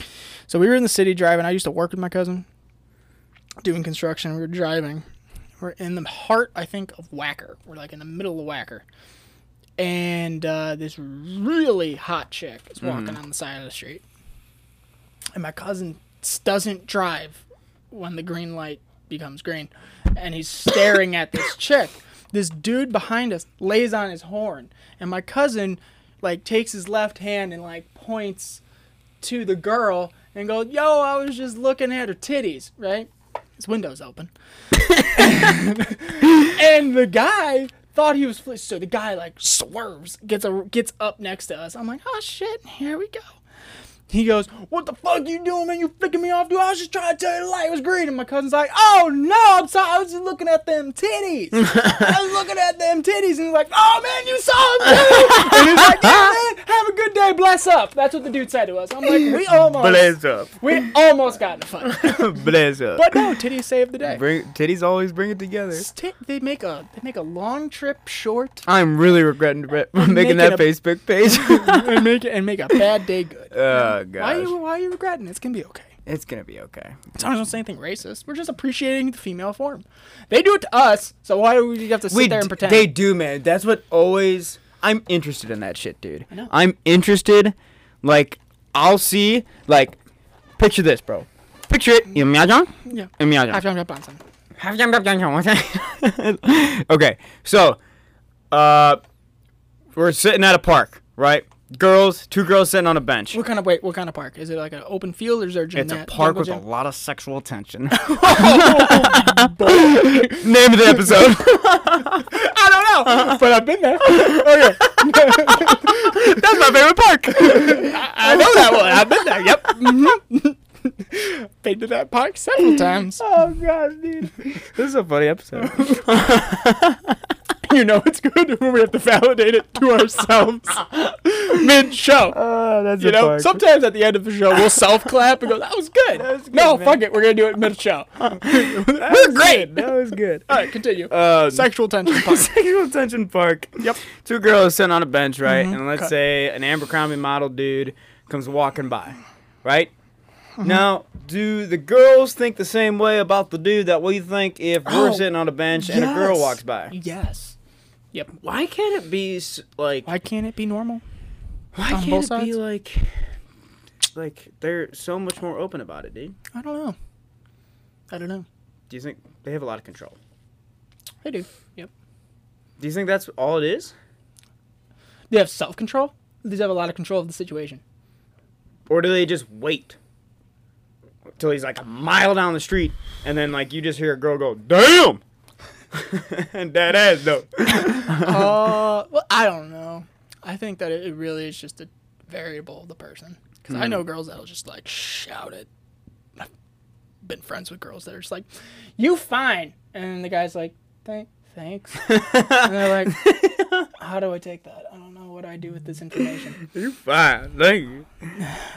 B: So we were in the city driving. I used to work with my cousin doing construction. We were driving. We're in the heart, I think, of Whacker. We're like in the middle of Whacker. And uh, this really hot chick is walking on the side of the street. And my cousin s- doesn't drive when the green light becomes green. And he's staring at this chick. This dude behind us lays on his horn. And my cousin, like, takes his left hand and, like, points to the girl and go, "Yo, I was just looking at her titties," right? His window's open, and the guy thought he was fl- so the guy like swerves, gets a gets up next to us. I'm like, "Oh shit, here we go." He goes, "What the fuck you doing, man? You flicking me off, dude? I was just trying to tell you the light was green." And my cousin's like, "Oh no, I'm sorry. I was just looking at them titties. I was looking at them titties." And he's like, "Oh man, you saw them too." and he's like, "Yeah, man. Have a good day. Bless up." That's what the dude said to us. I'm like, "We almost
A: Blaze up,
B: we almost got in a fight,
A: blaze up.
B: but no, titties saved the day.
A: Bring, titties always bring it together.
B: It's ti- They make a they make a long trip short
A: I'm really regretting re- making,
B: making
A: that
B: a-
A: Facebook page.
B: and make it and make a bad day good.
A: oh
B: Oh, Why are
A: gosh,
B: you why are you regretting? it? It's gonna be okay.
A: it's gonna be okay.
B: It's not saying anything racist. We're just appreciating the female form. They do it to us, so why do we have to sit there
A: d-
B: and pretend?
A: They do, man. That's what always. I'm interested in that shit, dude.
B: I know.
A: I'm interested. Like, I'll see. Like, picture this, bro. Picture it. Imagine.
B: yeah.
A: Imagine.
B: After I'm up on something.
A: okay, so uh, we're sitting at a park, right? Girls, two girls sitting on a bench.
B: What kind of wait? What kind of park? Is it like an open field or is there a gym?
A: It's a
B: that-
A: park
B: jungle
A: with a
B: gym?
A: lot of sexual tension. Name of the episode. I don't know, but I've been there. Okay. That's my favorite park. I, I know that one. I've been there. Yep.
B: Been to that park several times.
A: Oh gosh, dude, this is a funny episode.
B: you know it's good when we have to validate it to ourselves mid show.
A: Oh, that's
B: You know, sometimes at the end of the show, we'll self clap and go, "That was good."
A: was good,
B: no,
A: man.
B: fuck it, we're gonna do it mid show. All
A: we're
B: great.
A: That was good.
B: right, continue.
A: Uh,
B: Sexual tension. part.
A: Sexual tension park.
B: Yep.
A: Two girls sitting on a bench, right? And let's
B: Okay.
A: say an Abercrombie model dude comes walking by, right?
B: Mm-hmm.
A: Now, do the girls think the same way about the dude that we think if we're
B: Oh,
A: sitting on a bench and a girl
B: Yes.
A: walks by?
B: Yes. Yep.
A: Why can't it be s- like?
B: Why can't it be normal?
A: Why
B: on
A: can't
B: both
A: it be
B: sides?
A: like? Like they're so much more open about it, dude.
B: I don't know. I don't know.
A: Do you think they have a lot of control?
B: They do. Yep.
A: Do you think that's all it is,
B: They have self control. They have a lot of control of the situation.
A: or do they just wait till he's like a mile down the street, and then like you just hear a girl go, "Damn," and that ass though.
B: uh, well, I don't know. I think that it, it really is just a variable of the person. Because I know girls that'll just like shout it. I've been friends with girls that are just like, "You fine," and the guy's like, "Thank, thanks." and they're like, "How do I take that? I don't know what do I do with this information."
A: you fine, thank you.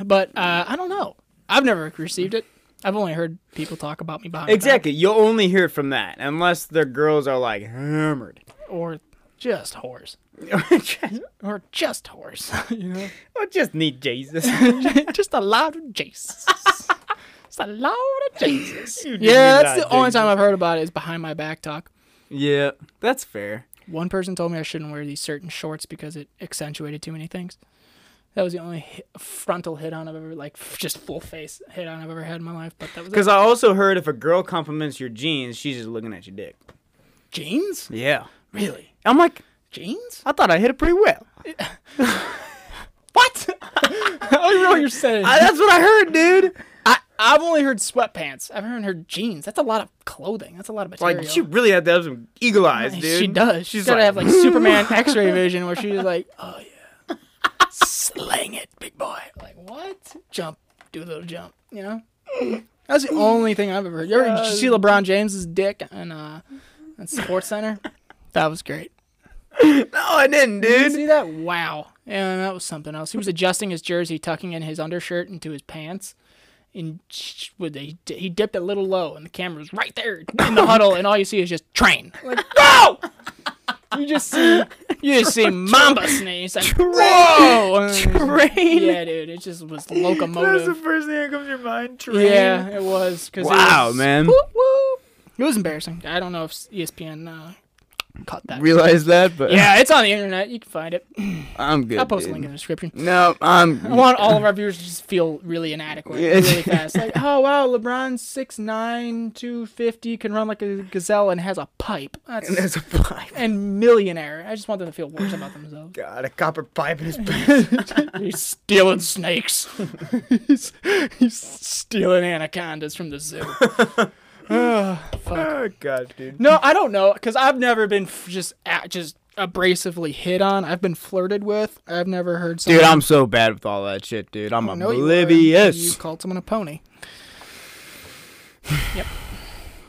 B: But uh, I don't know. I've never received it. I've only heard people talk about me behind my back
A: Exactly. You'll only hear it from that unless the girls are like hammered.
B: or just horse
A: I
B: or just horse. you know.
A: just need Jesus.
B: just a lot of Jesus. Just a lot of Jesus.
A: You do
B: Yeah,
A: need
B: that's
A: that,
B: the only
A: Jesus.
B: time I've heard about it is behind my back talk.
A: yeah, that's fair.
B: One person told me I shouldn't wear these certain shorts because it accentuated too many things. That was the only hit, frontal hit on I've ever like f- just full face hit on I've ever had in my life. But that was it.
A: Because I also heard if a girl compliments your jeans, she's just looking at your dick.
B: jeans.
A: Yeah.
B: Really?
A: I'm like,
B: Jeans?
A: I thought I hit it pretty well.
B: What? I don't even know what you're saying.
A: I, that's what I heard, dude.
B: I, I've only heard sweatpants. I haven't heard jeans. That's a lot of clothing. That's a lot of material.
A: Like she really had to have some eagle eyes, dude.
B: She does. She's gotta have like Superman X-ray vision, where she's like, "Oh yeah, slang it, big boy." Like what? Jump, do a little jump. You know, that's the only thing I've ever heard. You ever did you see LeBron James's dick and uh, on Sports Center? That was great.
A: No, I didn't,
B: Did you
A: dude.
B: see that? Wow. Yeah, that was something else. He was adjusting his jersey, tucking in his undershirt into his pants. And sh- with he, he dipped a little low, and the camera was right there in the huddle, and all you see is just train. Like, whoa! You just see, you just see Mamba sneeze. Like, whoa!
A: Train.
B: Yeah, dude, it just was
A: That's the
B: locomotive.
A: first thing that comes to your mind. Train.
B: Yeah, it was. 'cause it
A: Wow,
B: was-
A: man.
B: Whoop, whoop. It was embarrassing. I don't know if ESPN uh, caught that.
A: Realize that, but
B: Yeah, it's on the internet. You can find it.
A: I'm good.
B: I'll post a
A: dude.
B: link Oh. in the description.
A: No,
B: I
A: I'm.
B: want all of our viewers to just feel really inadequate
A: Yeah.
B: really fast. Like, oh wow, LeBron's 6'9", 250, can run like a gazelle and has a pipe.
A: And
B: That's
A: there's a pipe.
B: and millionaire. I just want them to feel worse about themselves.
A: God, a copper pipe in his
B: He's stealing snakes. he's, he's stealing anacondas from the zoo. Ah, fuck.
A: Oh God, dude.
B: No, I don't know, cause I've never been f- just a just abrasively hit on. I've been flirted with. I've never heard.
A: Dude,
B: Someone
A: I'm so bad with all that shit, dude. I'm
B: I know you were. You- You
A: oblivious.
B: called someone a pony.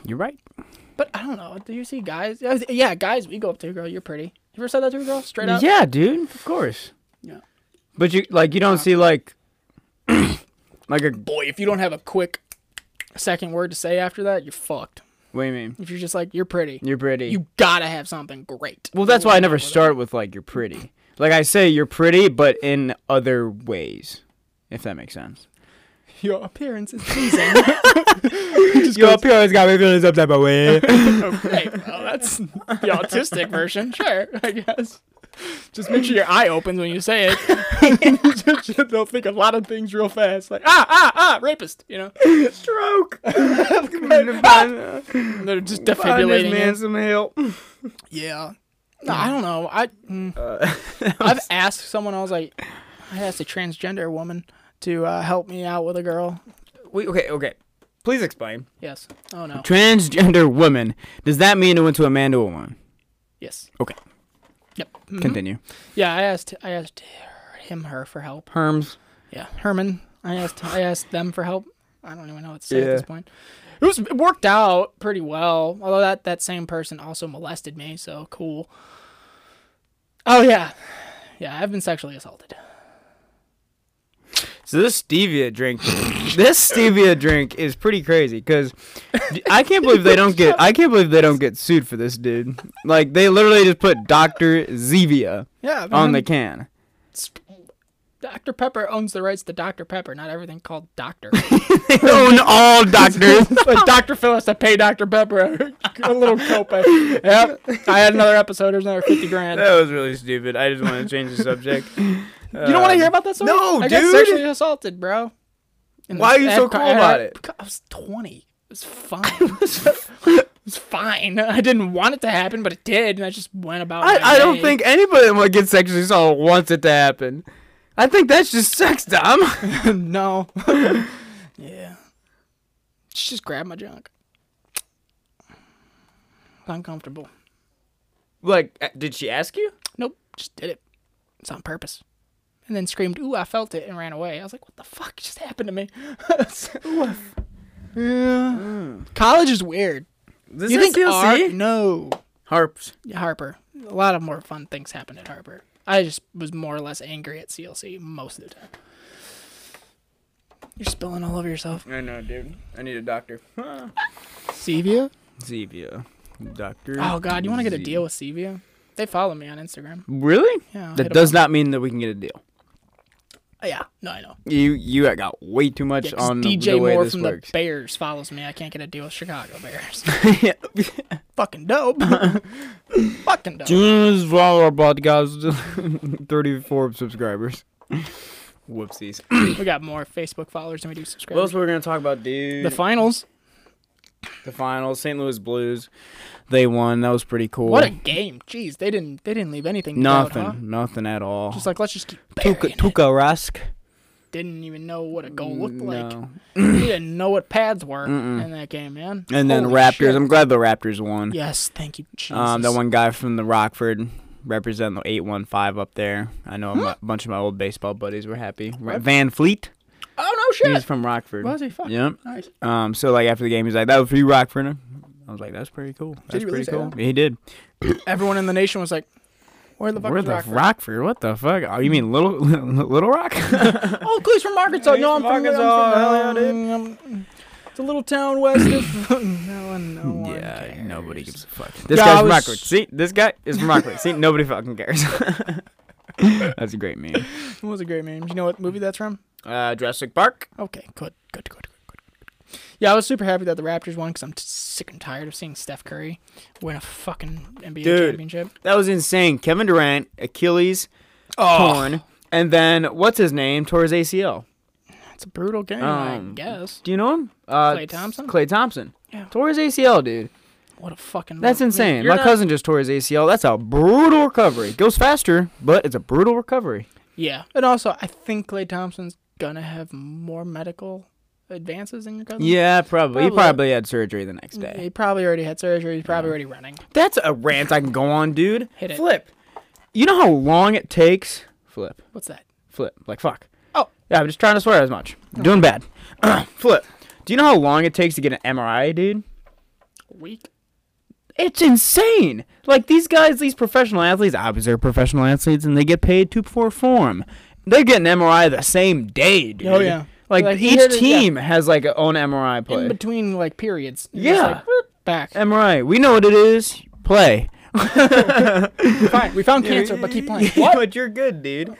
A: You're right.
B: But I don't know. Do you see guys? Yeah, Yeah, guys, we go up to a girl. You're pretty. You ever said that to a girl straight up?
A: Yeah, dude. Of course.
B: Yeah.
A: But you like you don't see like like a
B: Boy, if you don't have a quick second word to say after that, you're fucked.
A: what do you mean?
B: If you're just like, you're pretty,
A: You're pretty.
B: you gotta have something great.
A: well, that's why I never start with like you're pretty. Like I say you're pretty, but in other ways, if that makes sense.
B: Your appearance is pleasing.
A: Your appearance got me feeling some type of way.
B: okay, well, that's the autistic version. Sure, I guess. Just make sure your eye opens when you say it. They'll think a lot of things real fast. Like, ah, ah, ah, rapist, you know?
A: Stroke. Find
B: And they're just
A: this
B: defibrillating.
A: man
B: it.
A: some help.
B: Yeah. No, I don't know. I mm. I've asked someone. I was like, I asked a transgender woman to uh, help me out with a girl.
A: Wait, okay, okay. Please explain.
B: Yes. Oh no.
A: Transgender woman. Does that mean it went to a man to a woman?
B: Yes.
A: Okay.
B: Yep. Mhm.
A: Continue.
B: Yeah, I asked. I asked him, her for help.
A: Herms.
B: Yeah, Herman. I asked. I asked them for help. I don't even know what to say at
A: Yeah.
B: this point. It was it worked out pretty well. Although that that same person also molested me, so cool. Oh yeah, yeah. I've been sexually assaulted.
A: So this stevia drink, this stevia drink is pretty crazy because I can't believe they don't get I can't believe they don't get sued for this, dude. Like they literally just put Doctor Zevia
B: Yeah. I've been
A: on
B: having
A: the can.
B: Sp- Dr. Pepper owns the rights to Dr. Pepper, not everything called Doctor.
A: They own all doctors.
B: but Dr. Phil has to pay Dr. Pepper a, a little copay. Yep. I had another episode. There's another 50 grand.
A: That was really stupid. I just want to change the subject. You
B: you don't want to hear about that story?
A: Um, no,
B: I got
A: dude.
B: sexually assaulted, bro. And
A: Why are you
B: I
A: so
B: had-
A: cool
B: I had-
A: about it?
B: because I was 20. It was fine. it was fine. I didn't want it to happen, but it did, and I just went about my
A: I, I don't
B: day.
A: think anybody that gets sexually assaulted wants it to happen. I think that's just sex, Dom.
B: no. yeah. She just grabbed my junk. It's uncomfortable.
A: like, uh, did she ask you?
B: Nope. Just did it. It's on purpose. And then screamed, ooh, I felt it, and ran away. I was like, what the fuck just happened to me? yeah. College is weird.
A: This
B: You think art? No.
A: harps?
B: Harper. A lot of more fun things happened at Harper. I just was more or less angry at CLC most of the time. You're spilling all over yourself.
A: I know, dude. I need a doctor.
B: Sevia?
A: Zevia. Doctor.
B: Oh god, you want to get a deal with Sevia? They follow me on Instagram.
A: Really?
B: Yeah. I'll hit
A: That
B: 'em
A: does
B: up.
A: not mean that we can get a deal.
B: Oh, yeah. No, I know.
A: You you got way too much
B: Yeah, 'cause
A: on the-
B: DJ
A: the way
B: Moore
A: this
B: from
A: works.
B: the Bears follows me. I can't get a deal with Chicago Bears. Fucking dope. Fucking dope.
A: June's Flower Podcast, 34 subscribers. Whoopsies.
B: we got more Facebook followers than we do
A: what else
B: subscribers.
A: we're gonna talk about, dude?
B: The finals.
A: the finals. St. Louis Blues, they won. That was pretty cool.
B: What a game! Jeez, they didn't they didn't leave anything. out,
A: nothing,
B: huh?
A: nothing at all.
B: Just like let's just keep.
C: Tuka,
B: burying it.
C: Tuka Rask.
B: Didn't even know what a goal looked like.
A: No.
B: He didn't know what pads were
A: Mm-mm.
B: in that game, man.
A: And then
B: Holy
A: Raptors.
B: shit.
A: I'm glad the Raptors won.
B: Yes, thank you, Jesus.
A: Um, that one guy from the Rockford representing the eight one five up there. I know a mu- bunch of my old baseball buddies were happy. Ra- Van Fleet,
B: Oh no,
A: he's
B: shit.
A: from Rockford.
B: Was he? Fuck.
A: Yep.
B: Nice.
A: Um, so like after the game, he's like, "That was for you, Rockford." I was like, "That's pretty cool.
B: he
A: That's
B: really
A: pretty
B: say
A: cool."
B: that?
A: He did.
B: Everyone in the nation was like, "Where the fuck
A: Where
B: is
A: the
B: Rockford?
A: Rockford? What the fuck? Oh, you mean Little Little Rock?
B: Oh, he's from Arkansas.
A: He's
B: no, I'm
A: from
B: from I'm
A: Arkansas. Hell yeah,
B: from- um, It's a little town west of. no one, no one
A: yeah,
B: cares.
A: nobody gives a fuck. This
B: Yeah, I
A: guy's from
B: was-
A: Rockford. See, this guy is from Rockford. See, nobody fucking cares. That's a great meme.
B: It was a great meme. Do you know what movie that's from?
A: Uh, Jurassic Park.
B: Okay, good, good, good, good, good. good. Yeah, I was super happy that the Raptors won because I'm t- sick and tired of seeing Steph Curry win a fucking NBA
A: Dude.
B: championship.
A: That was insane. Kevin Durant, Achilles
B: Oh.
A: torn, and then what's his name tore his ACL.
B: It's a brutal game, I
A: Um,
B: guess.
A: Do you know him? Uh,
B: Klay Thompson?
A: Clay Thompson.
B: Yeah.
A: Tore his ACL, dude.
B: What a fucking.
A: That's insane.
B: You're
A: My
B: not-
A: cousin just tore his ACL. That's a brutal recovery. Goes faster, but it's a brutal recovery.
B: Yeah, and also I think Clay Thompson's gonna have more medical advances than your cousin.
A: Yeah, probably. He
B: Probably. Mm-hmm.
A: probably had surgery the next day.
B: He probably already had surgery. He's probably already running.
A: That's a rant I can go on, dude.
B: Hit it.
A: Flip. You know how long it takes? Flip.
B: What's that?
A: Flip. Like fuck.
B: Oh.
A: Yeah, I'm just trying to swear as much. Doing bad. Flip. Do you know how long it takes to get an MRI, dude?
B: Weak.
A: It's insane. Like these guys, these professional athletes, obviously are professional athletes and they get paid to perform. They get an MRI the same day, dude.
B: Oh, yeah.
A: Like,
B: Like,
A: each
B: here it is, yeah.
A: team has like a own MRI play.
B: In between like periods. You're just
A: yeah.
B: like, "Whoop, back.
A: MRI. We know what it is. Play.
B: Fine. We found cancer, but keep playing.
A: Yeah,
B: What?
A: but you're good, dude.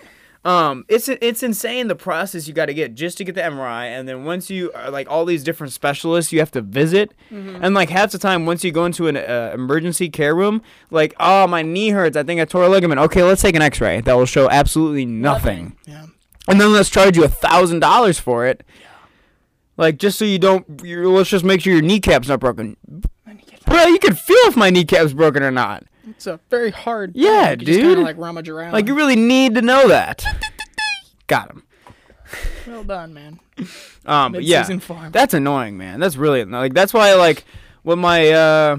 A: Um, it's it's insane the process you got to get just to get the MRI, and then once you are like all these different specialists you have to visit,
B: Mm-hmm.
A: and like half the time once you go into an uh, emergency care room, like oh my knee hurts, I think I tore a ligament. Okay, let's take an X-ray. That will show absolutely nothing,
B: Yeah.
A: and then let's charge you a thousand dollars for it. Like just so you don't, you let's just make sure your kneecap's not broken.
B: And you get-
A: Bro, you can feel if my kneecap's broken or not.
B: It's a very hard. thing.
A: Yeah,
B: You just Kind
A: dude.
B: of like rummage around.
A: Like you really need to know that. Got him.
B: well done, man.
A: Um, but yeah,
B: Mid-season form.
A: that's annoying, man. That's really anno- like that's why like when my uh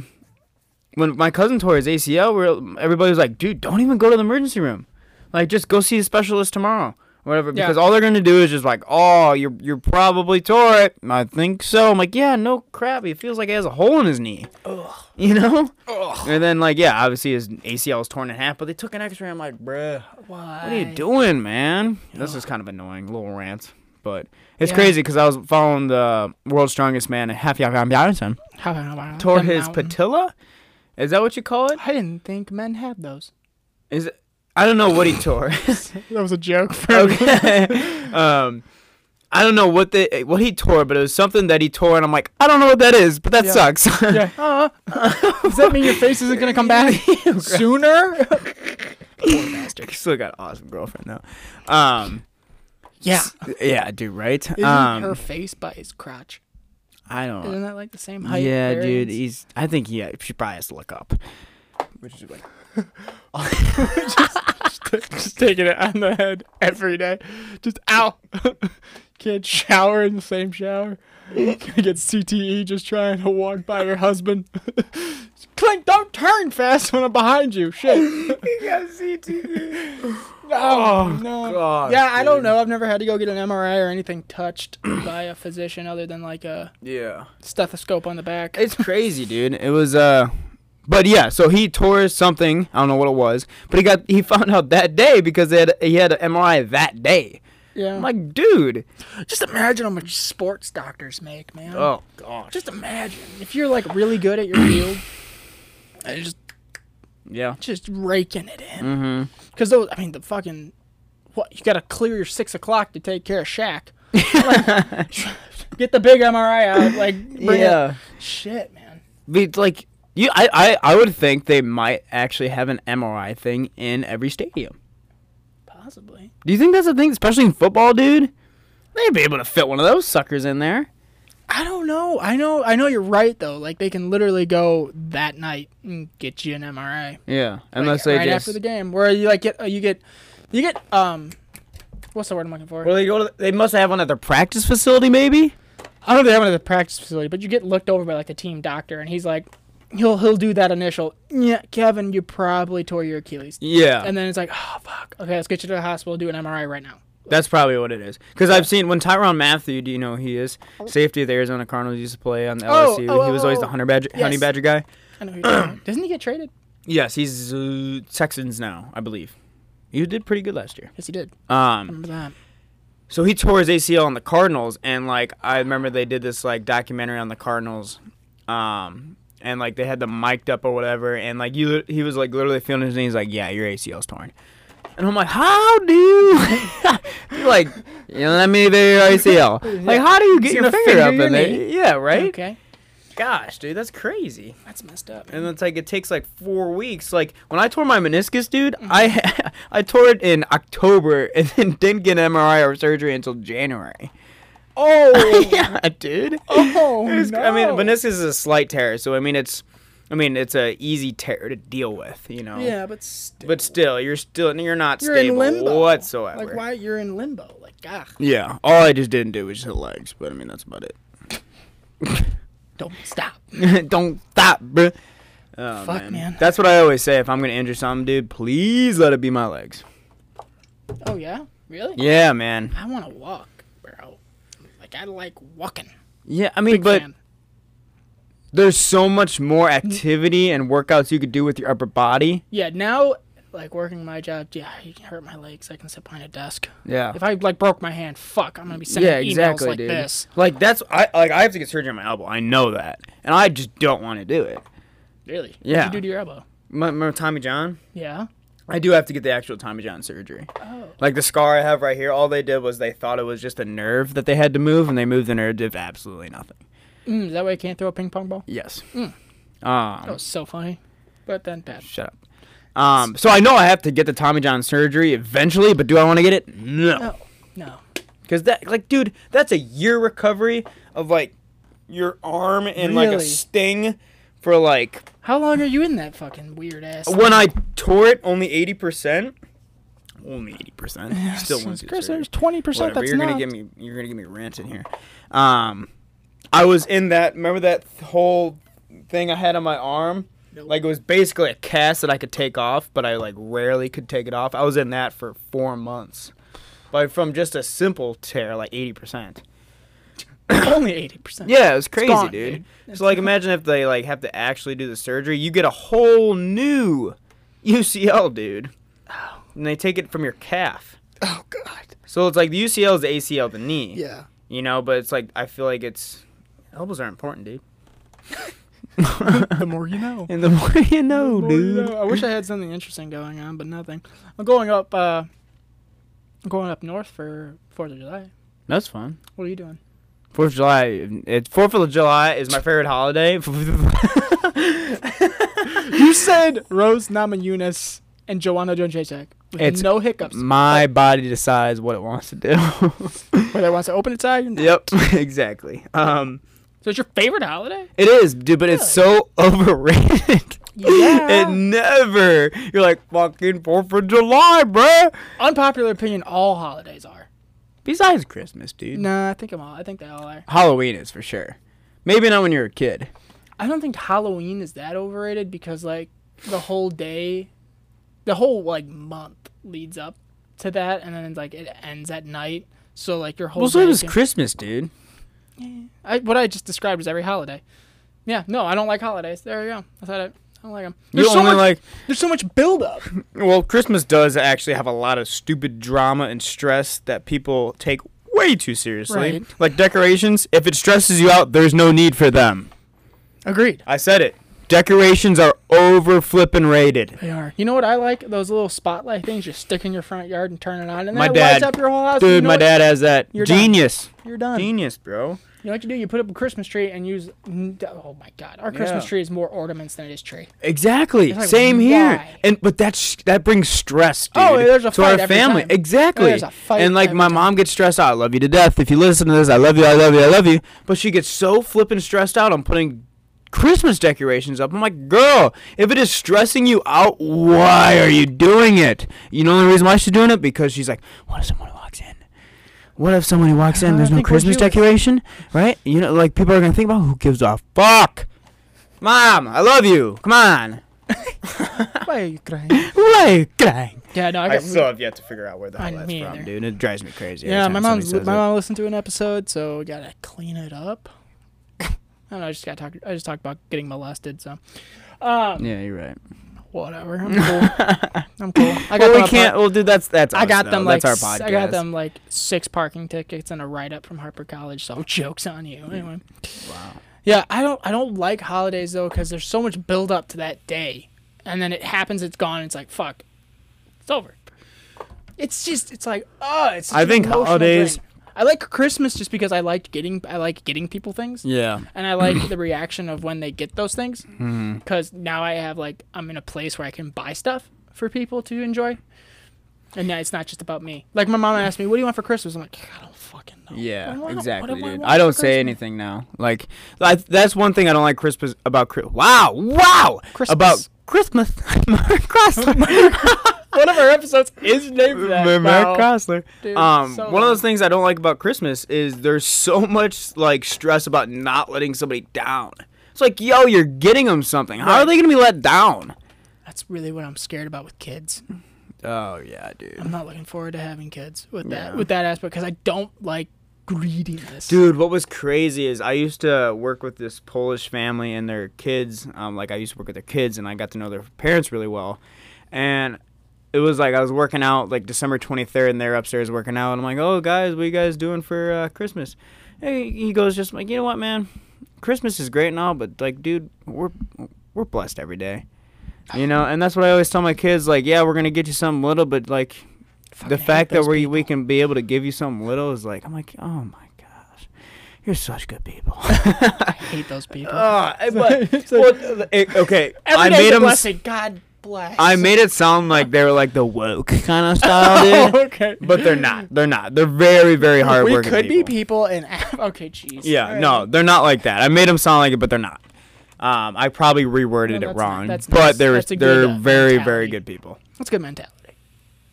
A: when my cousin tore his ACL, where everybody was like, dude, don't even go to the emergency room. Like just go see a specialist tomorrow. or Whatever,
B: Yeah.
A: because all they're gonna do is just like, oh, you're you're probably tore it. I think so. I'm like, yeah, no crap. It feels like he has a hole in his knee.
B: Ugh.
A: You know.
B: Ugh.
A: And then like, yeah, obviously his ACL is torn in half, but they took an X-ray. I'm like, bruh,
B: Why?
A: what are you doing, man? This is kind of annoying, little rant, but it's crazy 'cause
B: Oh. Yeah.
A: crazy because I was following the world's strongest man, Hafyakam Bjarnason,
B: How about
A: tore
B: the
A: his
B: mountain?
A: patella. Is that what you call it?
B: I didn't think men had those.
A: Is it, I don't know what he tore.
B: That was a joke. For
A: okay. um, I don't know what the what he tore, but it was something that he tore, and I'm like, I don't know what that is, but that
B: Yeah.
A: sucks.
B: Yeah. Uh, does that mean your face isn't gonna come back sooner?
A: Still got an awesome girlfriend though. Um,
B: yeah.
A: yeah, dude, right?
B: Isn't
A: um,
B: her face by his crotch?
A: I don't.
B: Isn't that like the same height?
A: yeah, dude.
B: variance?
A: He's. I think he. She probably has to look up. Which is like.
B: just taking it on the head every day. Just ow. Can't shower in the same shower. Gonna get CTE just trying to walk by your husband. Clint, don't turn fast when I'm behind you. Shit.
A: You got CTE.
B: Oh, no.
A: God.
B: Yeah, I don't know. I've never had to go get an MRI or anything touched by a physician other than like a
A: Yeah.
B: stethoscope on the back.
A: It's crazy, dude. It was uh. But yeah, so he tore something. I don't know what it was, but he got he found out that day because they had, he had an MRI that day.
B: yeah.
A: I'm like, dude.
B: just imagine how much sports doctors make, man.
A: Oh gosh.
B: Just imagine if you're like really good at your field, and just
A: Yeah.
B: just raking it in.
A: Mm-hmm.
B: Because those, I mean, the fucking what you got to clear your six o'clock to take care of Shaq. Like, get the big MRI out, like bring yeah.
A: Yeah.
B: Shit, man.
A: But it's like you, I, I, I would think they might actually have an MRI thing in every stadium.
B: Possibly.
A: Do you think that's a thing, especially in football, dude? They'd be able to fit one of those suckers in there.
B: I I don't know. I know. I know you're right though. Like they can literally go that night and get you an MRI.
A: Yeah,
B: Like,
A: unless they
B: right
A: just
B: after the game, where you like get uh, you get you get um, what's the word I'm looking for?
A: Well, they go. To, they must have one at their practice facility, maybe.
B: I don't know if they have one at the practice facility, but you get looked over by like the team doctor, and he's like, he'll he'll do that initial. Yeah, Kevin, you probably tore your Achilles,
A: Yeah,
B: and then it's like, oh fuck, okay, let's get you to the hospital, do an MRI right now.
A: that's probably what it is. Because I've seen when Tyron Matthew, do you know who he is? Safety of the Arizona Cardinals used to play on the
B: Oh,
A: LSU.
B: oh,
A: he was always
B: oh,
A: the hunter badger, honey
B: yes.
A: badger guy.
B: I know. Who you're talking about. Doesn't he get traded?
A: Yes, he's uh, Texans now, I believe. You did pretty good last year.
B: Yes, he did. I
A: Um,
B: remember that.
A: so he tore his ACL on the Cardinals, and like I remember they did this like documentary on the Cardinals, um, and like they had them mic'd up or whatever, and like you, he was like literally feeling his knee. He's like, "Yeah, your ACL's torn," and I'm like, "How do?" you like, you know, that made their ACL. Like, how do you get
B: It's
A: your,
B: your
A: finger,
B: finger,
A: up
B: your
A: in there?
B: knee.
A: Yeah, right.
B: Okay,
A: Gosh, dude, that's crazy
B: that's messed up.
A: and it's like it takes like four weeks. Like when I tore my meniscus, dude, I I tore it in October and then didn't get an MRI or surgery until January.
B: Oh,
A: yeah, dude.
B: oh
A: It was- I mean,
B: no.
A: meniscus is a slight tear, so I mean it's, I mean it's a easy tear to deal with, you know.
B: Yeah, but still,
A: But still, you're still you're not
B: you're in
A: stable
B: limbo
A: whatsoever.
B: Like why you're in limbo? Like ah,
A: Yeah, all I just didn't do was hit legs, but I mean that's about
B: don't stop.
A: it. Don't stop, bruh. Oh,
B: Fuck, man.
A: That's what I always say. If I'm gonna injure something, dude, please let it be my legs.
B: Oh yeah, really?
A: Yeah, man.
B: I want to walk, bro. Like I like walking.
A: Yeah, I mean,
B: Big
A: but
B: fan.
A: there's so much more activity and workouts you could do with your upper body.
B: yeah, now like working my job, yeah, it hurt my legs. I can sit behind a desk.
A: Yeah.
B: If I like broke my hand, fuck, I'm gonna be sending emails like this.
A: Like that's I like I have to get surgery on my elbow. I know that, and I just don't want to do it.
B: Really?
A: Yeah.
B: What'd you do to your elbow?
A: My, my Tommy John.
B: Yeah.
A: I do have to get the actual Tommy John surgery.
B: Oh.
A: Like the scar I have right here, all they did was they thought it was just a nerve that they had to move, and they moved the nerve to absolutely nothing.
B: Mm, is that why you can't throw a ping pong ball?
A: Yes.
B: Mm.
A: Um,
B: That was so funny, but then bad.
A: Shut up. Um, so I know I have to get the Tommy John surgery eventually, but do I want to get it?
B: No. No.
A: Cause that, like, dude, that's a year recovery of like your arm and like a
B: Really?
A: sting for like
B: How long are you in that fucking weird ass?
A: when I tore it, only eighty percent. Only eighty percent. Still won't get
B: Chris,
A: surgery.
B: there's twenty percent.
A: Whatever.
B: That's
A: You're gonna
B: not.
A: get me. You're gonna get me ranting here. Um, I was in that. Remember that whole thing I had on my arm.
B: Nope.
A: Like it was basically a cast that I could take off, but I like rarely could take it off. I was in that for four months, but from just a simple tear, like eighty percent.
B: only eighty percent.
A: Yeah, it was crazy,
B: gone,
A: dude.
B: dude.
A: So like, imagine if they like have to actually do the surgery, you get a whole new UCL, dude. And they take it from your calf.
B: Oh god.
A: So it's like the UCL is the ACL, the knee.
B: Yeah.
A: You know, but it's like I feel like it's elbows are important, dude.
B: The more you know.
A: And the more you know,
B: Well, you know, I wish I had something interesting going on, but nothing. I'm going up. Uh, I'm going up north for Fourth of July.
A: That's fun.
B: What are you doing?
A: Fourth of July. It's Fourth of July is my favorite holiday.
B: You said Rose Namajunas and Joanna Jonchechek with
A: It's
B: no hiccups.
A: my body decides what it wants to do.
B: whether it wants to open its eye. or not.
A: yep, exactly. Um,
B: So it's your favorite holiday?
A: It is, dude, but it's so overrated.
B: Yeah.
A: it never. You're like fucking Fourth of July, bruh.
B: Unpopular opinion: All holidays are.
A: Besides Christmas, dude.
B: Nah, I think I'm all. I think they all are.
A: Halloween is for sure. Maybe not when you're a kid.
B: I don't think Halloween is that overrated because like the whole day, the whole like month leads up to that, and then like it ends at night. So like your whole
A: Well, so
B: day
A: does
B: can-
A: Christmas, dude.
B: I, what I just described is every holiday. Yeah, no, I don't like holidays. There you go. I said it. I don't like them.
A: You
B: There's so
A: only
B: much.
A: like.
B: there's so much buildup.
A: Well, Christmas does actually have a lot of stupid drama and stress that people take way too seriously.
B: Right.
A: Like decorations, if it stresses you out, there's no need for them.
B: Agreed.
A: I said it. Decorations are over flipping rated.
B: They are. You know what I like? Those little spotlight things you stick in your front yard and turn it on, and
A: My
B: that lights
A: dad-
B: up your whole house. and you
A: Dude,
B: know
A: my
B: what?
A: dad has that.
B: You're done.
A: Genius.
B: You're done. You
A: Genius, bro.
B: know what you do? You put up a Christmas tree and use. Oh my God, our Christmas
A: Yeah.
B: tree is more ornaments than it is tree.
A: Exactly.
B: It's like,
A: Same here.
B: why?
A: And but that's that brings stress, dude.
B: Oh, there's
A: to
B: a fight
A: our
B: every
A: family.
B: time.
A: Exactly.
B: There's a fight
A: and like
B: every
A: my
B: time.
A: mom gets stressed out. I love you to death. If you listen to this, I love you. I love you. I love you. But she gets so flippin' stressed out on putting Christmas decorations up. I'm like, girl, if it is stressing you out, why are you doing it? You know the only reason why she's doing it because she's like, what if someone walks in? What if somebody walks in?
B: I
A: There's no
B: think we'll
A: Christmas
B: do it."
A: decoration, right? You know, like people are gonna think about who gives a fuck. Mom, I love you. Come on.
B: Why are you crying?
A: Why crying?
B: Yeah, no, I got.
A: have yet to figure out where the
B: hell I- that's me from, either.
A: dude. It drives me crazy.
B: yeah, my mom's my mom listened to an episode, so we gotta clean it up. I don't know. I just got talk. I just talked about getting molested, so um,
A: Yeah, you're right.
B: whatever. I'm cool. I'm cool. I
A: well,
B: got them
A: we
B: a
A: can't. well, dude, that's that's.
B: I
A: us,
B: got
A: though.
B: them like
A: that's our
B: s-
A: podcast.
B: I got them like six parking tickets and a write up from Harper College. So jokes on you. Anyway.
A: Wow.
B: Yeah, I don't I don't like holidays though because there's so much build up to that day, and then it happens. It's gone. It's like fuck, it's over. It's just it's like oh, it's. Such
A: I
B: an
A: think
B: emotional
A: holidays-
B: drain. I like Christmas just because I like getting I like getting people things
A: Yeah.
B: and I like the reaction of when they get those things
A: Mm-hmm.
B: because now I have like I'm in a place where I can buy stuff for people to enjoy, and now it's not just about me. Like my mom asked me, "What do you want for Christmas?" I'm like, I don't fucking know.
A: Yeah,
B: What do I-
A: exactly,
B: what do I
A: dude.
B: want
A: I
B: for
A: don't say
B: Christmas?
A: anything now. Like, I, that's one thing I don't like Christmas about. Chri- Wow, wow,
B: Christmas.
A: about Christmas. Mark Crossler.
B: One of our episodes is named that. Wow.
A: Mark Crossler.
B: Dude,
A: um,
B: so
A: one of those
B: dumb.
A: things I don't like about Christmas is there's so much like stress about not letting somebody down. It's like, yo, you're getting them something. How are
B: Right.
A: they gonna be let down?
B: That's really what I'm scared about with kids.
A: Oh yeah, dude.
B: I'm not looking forward to having kids with that
A: Yeah.
B: with that aspect because I don't like greediness.
A: Dude, what was crazy is I used to work with this Polish family and their kids. Um, like I used to work with their kids, and I got to know their parents really well. And it was like I was working out like December 23rd, and they're upstairs working out. And I'm like, "Oh guys, what you guys doing for uh, Christmas?" Hey, he goes, "Just like you know what, man, Christmas is great and all, but like, dude, we're we're blessed every day." You know, and that's what I always tell my kids. Like, yeah, we're gonna get you something little, but like,
B: Fucking
A: the
B: hate
A: fact that
B: those
A: we
B: people.
A: we can be able to give you something little is like I'm like oh my gosh, you're such good people.
B: I hate those people.
A: uh,
B: but-
A: okay,
B: uh, Every
A: I
B: day's
A: made
B: a
A: them.
B: blessing. God bless.
A: I made it sound like they were like the woke kind of style,
B: Oh,
A: dude.
B: okay.
A: But they're not. They're not. They're very very
B: we
A: hardworking.
B: could
A: people.
B: be people and okay, jeez.
A: Yeah,
B: Alright.
A: no, they're not like that. I made them sound like it, but they're not. Um, I probably reworded
B: No,
A: it
B: that's-
A: wrong,
B: that's
A: but
B: nice.
A: they're
B: That's a
A: they're
B: good, uh,
A: very very
B: mentality.
A: good people.
B: That's good mentality.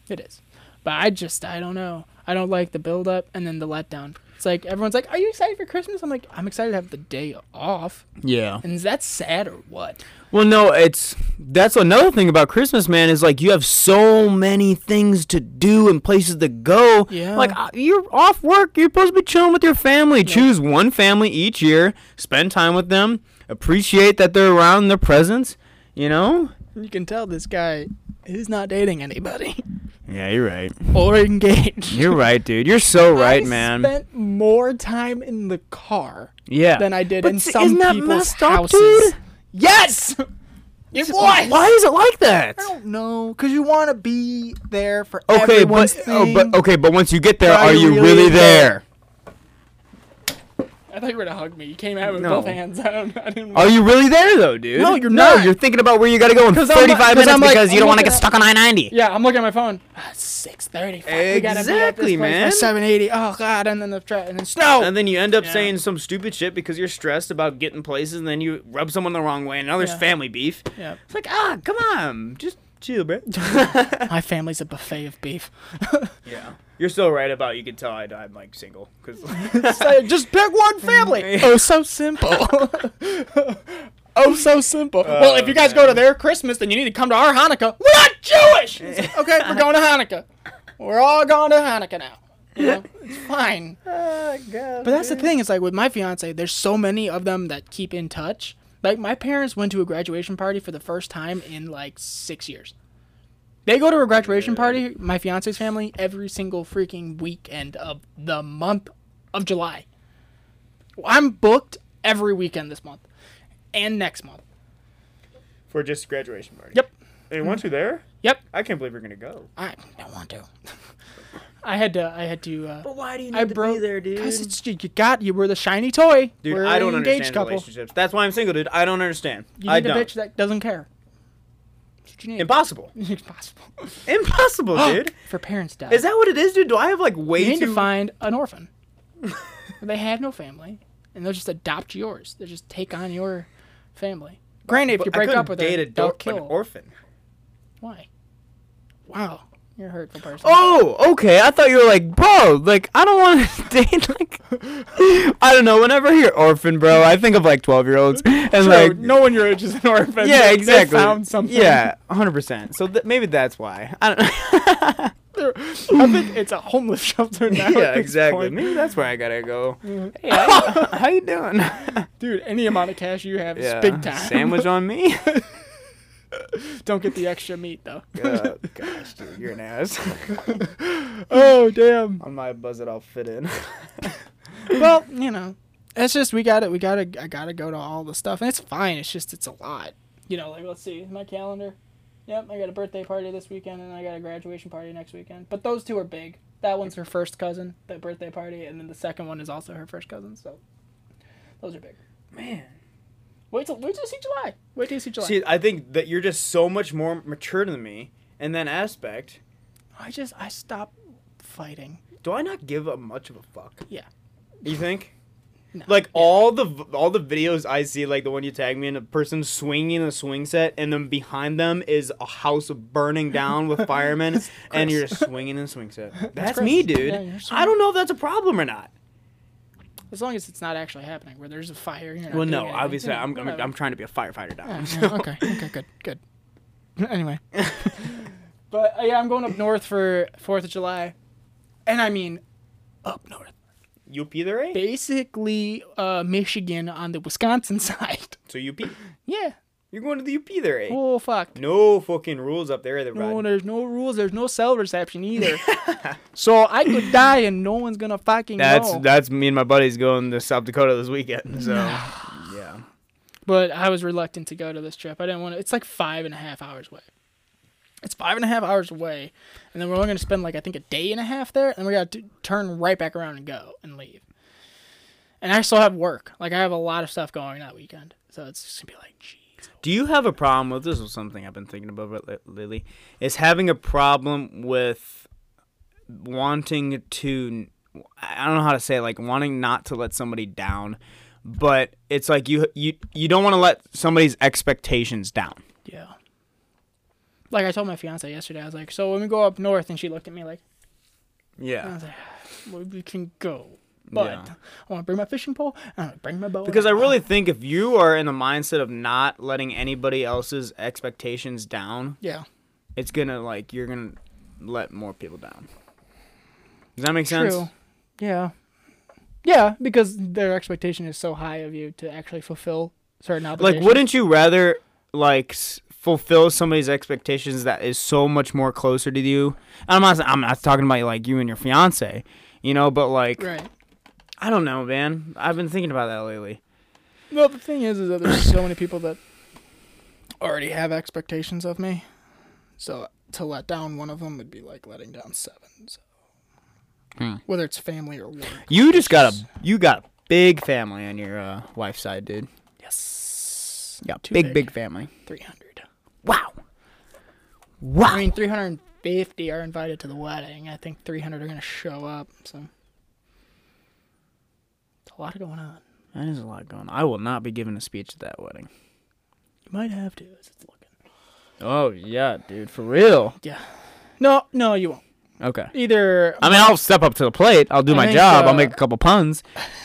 B: It is. But I just I don't know. I don't like the build up and then the letdown. It's like everyone's like, "Are you excited for Christmas?" I'm like, "I'm excited to have the day off."
A: Yeah.
B: And is that sad or what?
A: Well, no, it's that's another thing about Christmas, man. Is like you have so many things to do and places to go.
B: Yeah.
A: Like uh, you're off work, you're supposed to be chilling with your family. Choose one family each year, spend time with them, appreciate that they're around, and their presence. You know.
B: You can tell this guy is not dating anybody
A: Yeah, you're right.
B: or engaged.
A: You're right, dude. You're so right,
B: I
A: man.
B: Spent more time in the car
A: yeah.
B: than I did
A: But
B: in
A: see,
B: some
A: isn't that
B: people's
A: messed up,
B: houses.
A: dude?
B: Yes, it was.
A: Why is it like that?
B: I don't know, cause you want to be there for
A: Okay,
B: everyone's
A: but, oh,
B: thing.
A: but okay, but once you get there,
B: But
A: are you really, there?
B: I thought you were gonna hug me. You came out with
A: No.
B: both hands. I don't. I didn't.
A: Are you really there though, dude?
B: No, you're
A: No,
B: not.
A: you're thinking about where you gotta go in
B: 'Cause
A: 35
B: I'm like- 'cause
A: minutes
B: I'm like-
A: because you
B: I'm
A: don't want to
B: looking
A: get
B: at-
A: stuck on I-90.
B: yeah, I'm looking at my phone. Ah, Six thirty. We gotta be at this
A: Exactly,
B: place by
A: man.
B: Seven eighty. Oh god, and then the tra- and then snow.
A: And then you end up
B: Yeah.
A: saying some stupid shit because you're stressed about getting places, and then you rub someone the wrong way, and now there's
B: Yeah.
A: family beef.
B: yeah.
A: It's like, ah, come on, just chill, bro.
B: My family's a buffet of beef.
A: yeah, you're so right about. You can tell I, am like single because
B: Say, just pick one family. oh, so simple. oh, so simple. well, if you guys go to their Christmas, then you need to come to our Hanukkah. We're not Jewish. It's like, okay, we're going to Hanukkah. We're all going to Hanukkah now. You know, it's fine. But that's the thing. It's like with my fiance, there's so many of them that keep in touch. Like my parents went to a graduation party for the first time in like six years. They go to a graduation party, my fiance's family, every single freaking weekend of the month of July. I'm booked every weekend this month and next month.
A: for just a graduation party.
B: Yep.
A: And once you're there,
B: Yep.
A: I can't believe you're gonna go.
B: I don't want to. I had to. I had to. Uh,
A: But why do you
B: I broke
A: dude?
B: Because it's you you got you were the shiny toy.
A: Dude,
B: we're
A: I don't
B: an
A: understand relationships. That's why I'm single, dude. I don't understand.
B: You
A: I
B: need a
A: don't.
B: bitch that doesn't care. That's what you need.
A: Impossible.
B: It's possible.
A: Impossible, dude.
B: For parents die.
A: Is that what it is, dude? Do I have like way
B: you need
A: too?
B: to find an orphan. they have no family, and they'll just adopt yours. They will just take on your family. Granted, if
A: But
B: you
A: I
B: break
A: couldn't
B: up with
A: date
B: her,
A: a
B: they'll
A: dork, an
B: kill.
A: orphan.
B: Why? Wow, you're a hurtful person.
A: Oh, okay. I thought you were like, bro, like I don't want to date like I don't know. Whenever I hear orphan, bro, I think of like twelve year olds and
B: Sure,
A: like
B: no one your age is an orphan.
A: yeah,
B: They-
A: exactly.
B: They found something.
A: Yeah, hundred percent. So th- maybe that's why. I don't.
B: They're- I think it's a homeless shelter now.
A: yeah,
B: at this
A: exactly.
B: point.
A: Maybe that's where I gotta go. Hey,
B: Yeah.
A: how you doing?
B: Dude, any amount of cash you have is big time.
A: Sandwich on me.
B: Don't get the extra meat though.
A: Oh, gosh, dude, you're an ass.
B: oh damn.
A: on my buzzet, I'll fit in.
B: Well, you know, it's just we got to We got to. I gotta go to all the stuff, and it's fine. It's just it's a lot. You know, like let's see my calendar. Yep, I got a birthday party this weekend, and I got a graduation party next weekend. But those two are big. That one's her first cousin, the birthday party, and then the second one is also her first cousin. So those are big.
A: Man.
B: Wait till wait till you see July. Wait till you see July.
A: See, I think that you're just so much more mature than me in that aspect.
B: I just I stopped fighting.
A: Do I not give a much of a fuck?
B: Yeah.
A: You think?
B: No.
A: Like all the v- all the videos I see, like the one you tagged me in, a person swinging a swing set, and then behind them is a house burning down with firemen, and you're just swinging a swing set. That's, me,
B: Chris.
A: dude.
B: Yeah, you're
A: I don't know if that's a problem or not.
B: As long as it's not actually happening, where there's a fire. You're
A: Well,
B: not doing
A: no,
B: anything,
A: obviously,
B: you know,
A: I'm, I'm
B: whatever.
A: I'm trying to be a firefighter now.
B: Yeah,
A: so-
B: yeah, okay. Okay. Good. Good. Anyway. but uh, yeah, I'm going up north for Fourth of July, and I mean, up north,
A: UP there, eh?
B: basically uh, Michigan on the Wisconsin side.
A: So UP,
B: Yeah.
A: you're going to the UP there, eh?
B: Oh fuck.
A: No fucking rules up there, that
B: No,
A: ride.
B: there's no rules. There's no cell reception either. so I could die and no one's gonna fucking
A: That's
B: know.
A: that's me and my buddies going to South Dakota this weekend. So yeah,
B: But I was reluctant to go to this trip. I didn't want to. It's like five and a half hours away. It's five and a half hours away, and then we're only going to spend like I think a day and a half there, and we got to turn right back around and go and leave. And I still have work. Like I have a lot of stuff going that weekend, so it's just gonna be like, jeez.
A: do you have a problem with this? Is something I've been thinking about li- lately. Is having a problem with wanting to. I don't know how to say it, like wanting not to let somebody down, but it's like you you you don't want to let somebody's expectations down.
B: Yeah. Like I told my fiance yesterday, I was like, so when we go up north, and she looked at me like, I
A: Yeah,
B: was like, well, we can go, but
A: Yeah.
B: I want to bring my fishing pole, and I want to bring my bow, and
A: Because I
B: wanna-
A: really think if you are in the mindset of not letting anybody else's expectations down,
B: yeah,
A: it's gonna like you're gonna let more people down. Does that make sense?
B: True. Yeah. Yeah, because their expectation is so high of you to actually fulfill certain
A: Like,
B: obligations.
A: wouldn't you rather like s- fulfill somebody's expectations that is so much more closer to you? And I'm not. I'm not talking about like you and your fiance, you know. But like,
B: Right.
A: I don't know, man. I've been thinking about that lately.
B: Well, the thing is, is that there's so many people that already have expectations of me. So to let down one of them would be like letting down seven. So.
A: Hmm.
B: Whether it's family or work.
A: You just got a you got a big family on your uh, wife's side, dude.
B: Yes.
A: Yeah,
B: Too
A: big, big family.
B: 300.
A: Wow. Wow.
B: I mean, 350 are invited to the wedding. I think 300 are going to show up. So. It's a lot going on.
A: That is a lot going on. I will not be giving a speech at that wedding.
B: You might have to as it's looking.
A: Oh yeah, dude, for real.
B: No, no, you won't.
A: Okay.
B: Either
A: I mean, I'll step up to the plate. I'll do
B: I
A: my
B: think,
A: job.
B: uh,
A: I'll make a couple puns,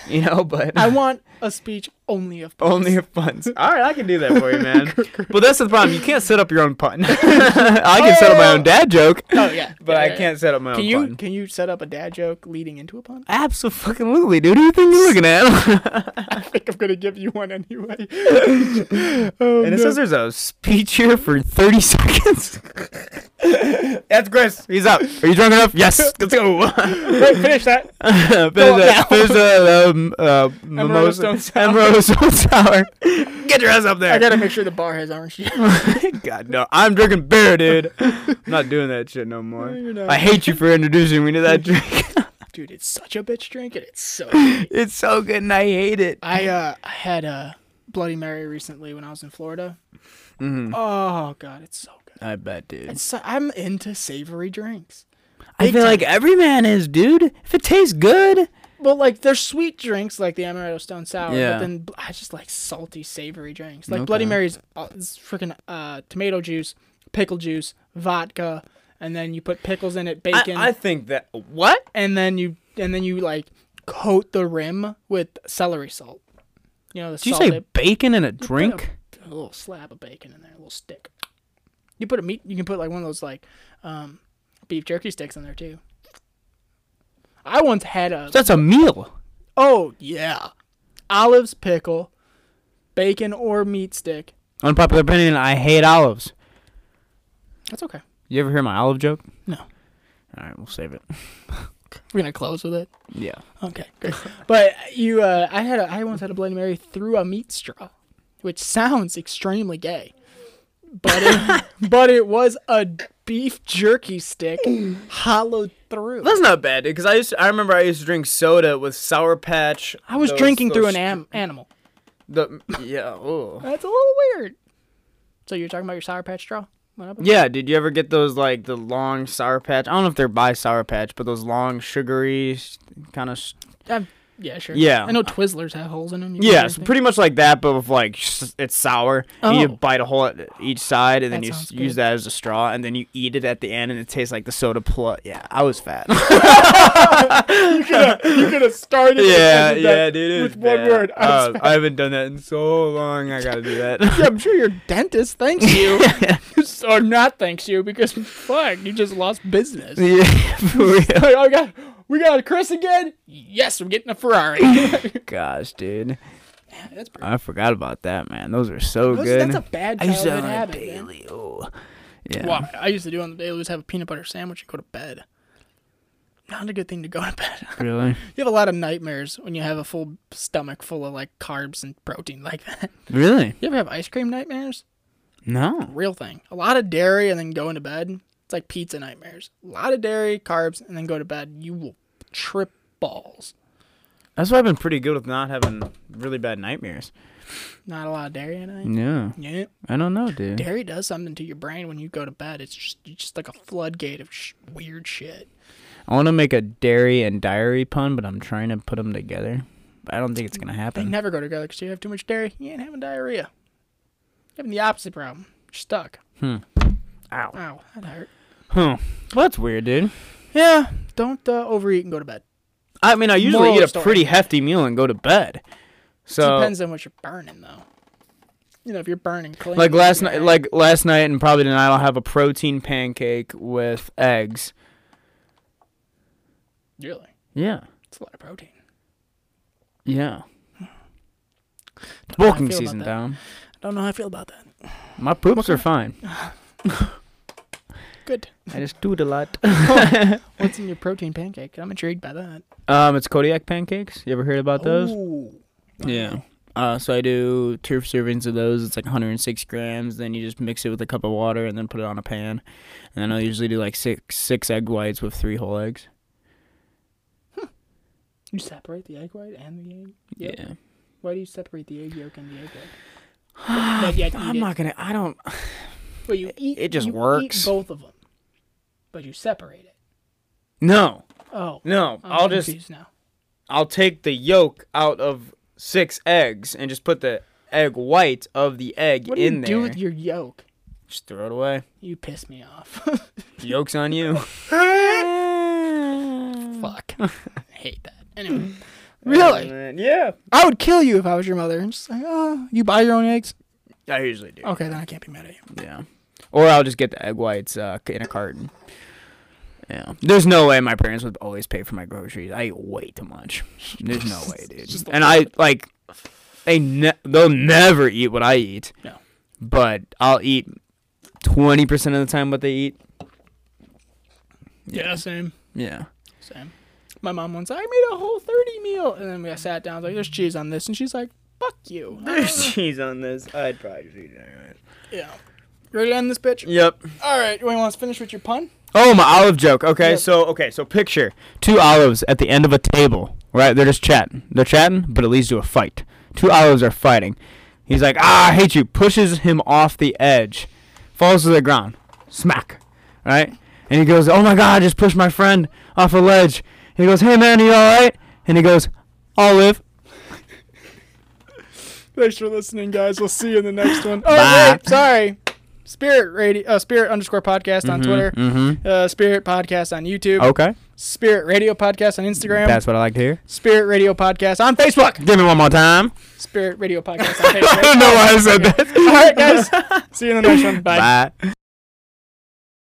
A: you know. But
B: I want a speech only of
A: only if puns. All right, I can do that for you, man. but that's the problem. You can't set up your own pun. I can set up my own dad joke,
B: Oh yeah,
A: but I can't set up my
B: Can
A: own
B: you
A: pun.
B: can you set up a dad joke leading into a pun?
A: Absolutely, dude. Who do you think you're looking at?
B: I think I'm gonna give you one anyway. Oh,
A: and it says there's a speech here for 30 seconds. That's Chris. He's up. Are you drunk enough? Yes. Let's go.
B: Wait, finish that.
A: finish
B: Go up now.
A: the, finish the um, uh, mimosa.
B: Stone Sour.
A: Emerald Stone Sour. Get your ass up there.
B: I gotta make sure the bar has orange juice.
A: God no, I'm drinking beer, dude. I'm not doing that shit no more.
B: You're not.
A: I hate you for introducing me to that drink.
B: Dude, it's such a bitch drink, and it's so.
A: it's so good and I hate it.
B: I uh, I had a Bloody Mary recently when I was in Florida.
A: Mhm.
B: Oh god, it's so good.
A: I bet, dude.
B: It's so, I'm into savory drinks.
A: I
B: Big
A: feel
B: time.
A: like every man is, dude. If it tastes good,
B: Well, like there's sweet drinks like the amaretto stone sour,
A: Yeah.
B: but then bl- I just like salty, savory drinks like
A: Okay.
B: Bloody Marys. Uh, it's freaking uh, tomato juice, pickle juice, vodka, and then you put pickles in it, bacon,
A: think that what?
B: and then you and then you like coat the rim with celery salt. You know the
A: Did you
B: salt.
A: say bacon in a drink?
B: a little slab of bacon in there, a little stick. You put a meat. You can put like one of those like um, beef jerky sticks in there too. I once had a.
A: That's a meal.
B: Oh yeah, olives, pickle, bacon or meat stick.
A: Unpopular opinion. I hate olives.
B: That's okay.
A: You ever hear my olive joke?
B: No.
A: All right, we'll save it.
B: We're gonna close with it.
A: Yeah.
B: Okay, good. but you, uh, I had, a, I once had a Bloody Mary through a meat straw, which sounds extremely gay, but it, but it was a beef jerky stick hollowed through.
A: That's not bad, dude. Because I used to, I remember I used to drink soda with Sour Patch.
B: I was
A: those-
B: drinking through
A: those
B: an am- animal.
A: The yeah, oh.
B: That's a little weird. So you're talking about your Sour Patch straw? What happened?
A: Yeah, did you ever get those like the long sour patch? I don't know if they're by sour patch, but those long sugary kind of
B: Um, yeah, sure.
A: Yeah.
B: I know Twizzlers have holes in them. You can
A: yeah,
B: do
A: it's
B: anything.
A: pretty much like that, but with like s- it's sour. And you
B: Oh.
A: bite a hole at each side, and then
B: That
A: you s-
B: sounds
A: use
B: good.
A: that as a straw, and then you eat it at the end, and it tastes like the soda plus. Yeah, I was fat.
B: you could have started. and
A: yeah,
B: ended that
A: yeah, dude. it
B: With
A: was
B: one
A: bad.
B: word, I was
A: Uh,
B: fat.
A: I haven't done that in so long. I gotta do that.
B: Yeah, I'm sure your dentist thanks you, or not thanks you because fuck, you just lost business.
A: yeah, for real.
B: Like, oh god, we got Chris again. Yes, I'm getting a Ferrari.
A: Gosh, dude,
B: that's pretty.
A: I forgot about that, man. Those are so
B: Those-
A: good.
B: that's a bad
A: I used to
B: childhood
A: have
B: habit. man.
A: daily. Oh, yeah.
B: Well, I used to do on the daily was have a peanut butter sandwich and go to bed. Not a good thing to go to bed.
A: Really?
B: you have a lot of nightmares when you have a full stomach full of like carbs and protein like that.
A: Really?
B: You ever have ice cream nightmares?
A: No.
B: real thing. A lot of dairy and then going to bed. It's like pizza nightmares. A lot of dairy, carbs, and then go to bed. You will trip balls.
A: That's why I've been pretty good with not having really bad nightmares.
B: Not a lot of dairy at night.
A: Yeah.
B: Yeah.
A: I don't know, dude.
B: Dairy does something to your brain when you go to bed. It's just it's just like a floodgate of sh- weird shit.
A: I want to make a dairy and diary pun, but I'm trying to put them together. But I don't think it's gonna
B: They
A: happen.
B: never go together because you have too much dairy. You ain't having diarrhea. You're having the opposite problem. You're stuck.
A: Ow.
B: Ow, that hurt.
A: Huh. Well, that's weird, dude.
B: Yeah, don't uh, overeat and go to bed.
A: I mean, I usually
B: Moral
A: eat a
B: story.
A: pretty hefty meal and go to bed. So,
B: Depends on what you're burning though. You know, if you're burning clean.
A: like last night,
B: you're-
A: like last night, and probably tonight, I'll have a protein pancake with eggs.
B: really,
A: Yeah.
B: it's a lot of protein.
A: Yeah. It's
B: how I
A: Bulking
B: feel about
A: season
B: that.
A: down.
B: Don't know how I feel about that.
A: My poops are fine.
B: Good.
A: I just do it a lot.
B: What's in your protein pancake? I'm intrigued by that.
A: Um, it's Kodiak pancakes. You ever heard
B: Oh,
A: about those?
B: Ooh.
A: Yeah. Uh, so I do two servings of those. It's like 106 grams. Then you just mix it with a cup of water and then put it on a pan. And then I usually do like six six egg whites with three whole eggs.
B: You separate the egg white and the egg. Yep.
A: Yeah.
B: Why do you separate the egg yolk and the egg white? But yet eat
A: I'm
B: it.
A: not gonna. I don't.
B: But you eat.
A: it just
B: you eat
A: works.
B: both of them, but you separate it.
A: No,
B: Oh.
A: no.
B: I'm
A: I'll just
B: confused now.
A: I'll take the yolk out of six eggs and just put the egg white of the egg
B: What do
A: in
B: you
A: there.
B: do with your yolk?
A: Just throw it away.
B: You piss me off.
A: Yolk's on you.
B: Fuck. I hate that. Anyway.
A: Oh,
B: Really?
A: man. Yeah.
B: I would kill you if I was your mother. I'm just like,
A: "Ah,
B: oh, you buy your own eggs?
A: I usually do.
B: Okay, then I can't be mad at you.
A: Yeah. Or I'll just get the egg whites uh, in a carton. Yeah. There's no way my parents would always pay for my groceries. I eat way too much. There's no way, dude.
B: Just a
A: And I like they ne- they'll never eat what I eat.
B: No.
A: But I'll eat 20% of the time what they eat.
B: Yeah, same.
A: Yeah.
B: Same. My mom once I made a whole 30 meal. And then we I sat down, I was like, there's cheese on this. And she's like, fuck you. I don't know.
A: There's cheese on this. I'd probably just eat it anyway.
B: yeah. Ready to end this bitch?
A: Yep.
B: All right. You want to finish with your pun?
A: Oh, my olive joke. Okay,
B: Yep.
A: so okay, so picture two olives at the end of a table. Right, they're just chatting. They're chatting, but it leads to a fight. Two olives are fighting. He's like, "Ah, I hate you." Pushes him off the edge, falls to the ground, smack. Right, and he goes, "Oh my God, I just pushed my friend off a ledge." He goes, "Hey man, you all right?" And he goes, "Olive."
B: Thanks for listening, guys. We'll see you in the next one. Oh,
A: Bye.
B: wait, sorry. Spirit radio, uh, Spirit underscore podcast on Twitter.
A: Mm-hmm.
B: Uh, Spirit podcast on YouTube.
A: Okay,
B: Spirit radio podcast on Instagram.
A: that's what I like to hear.
B: Spirit radio podcast on Facebook.
A: Give me one more time.
B: Spirit radio podcast on Facebook.
A: I don't know why I said that.
B: All right, guys. See you in the next one. Bye.
A: Bye.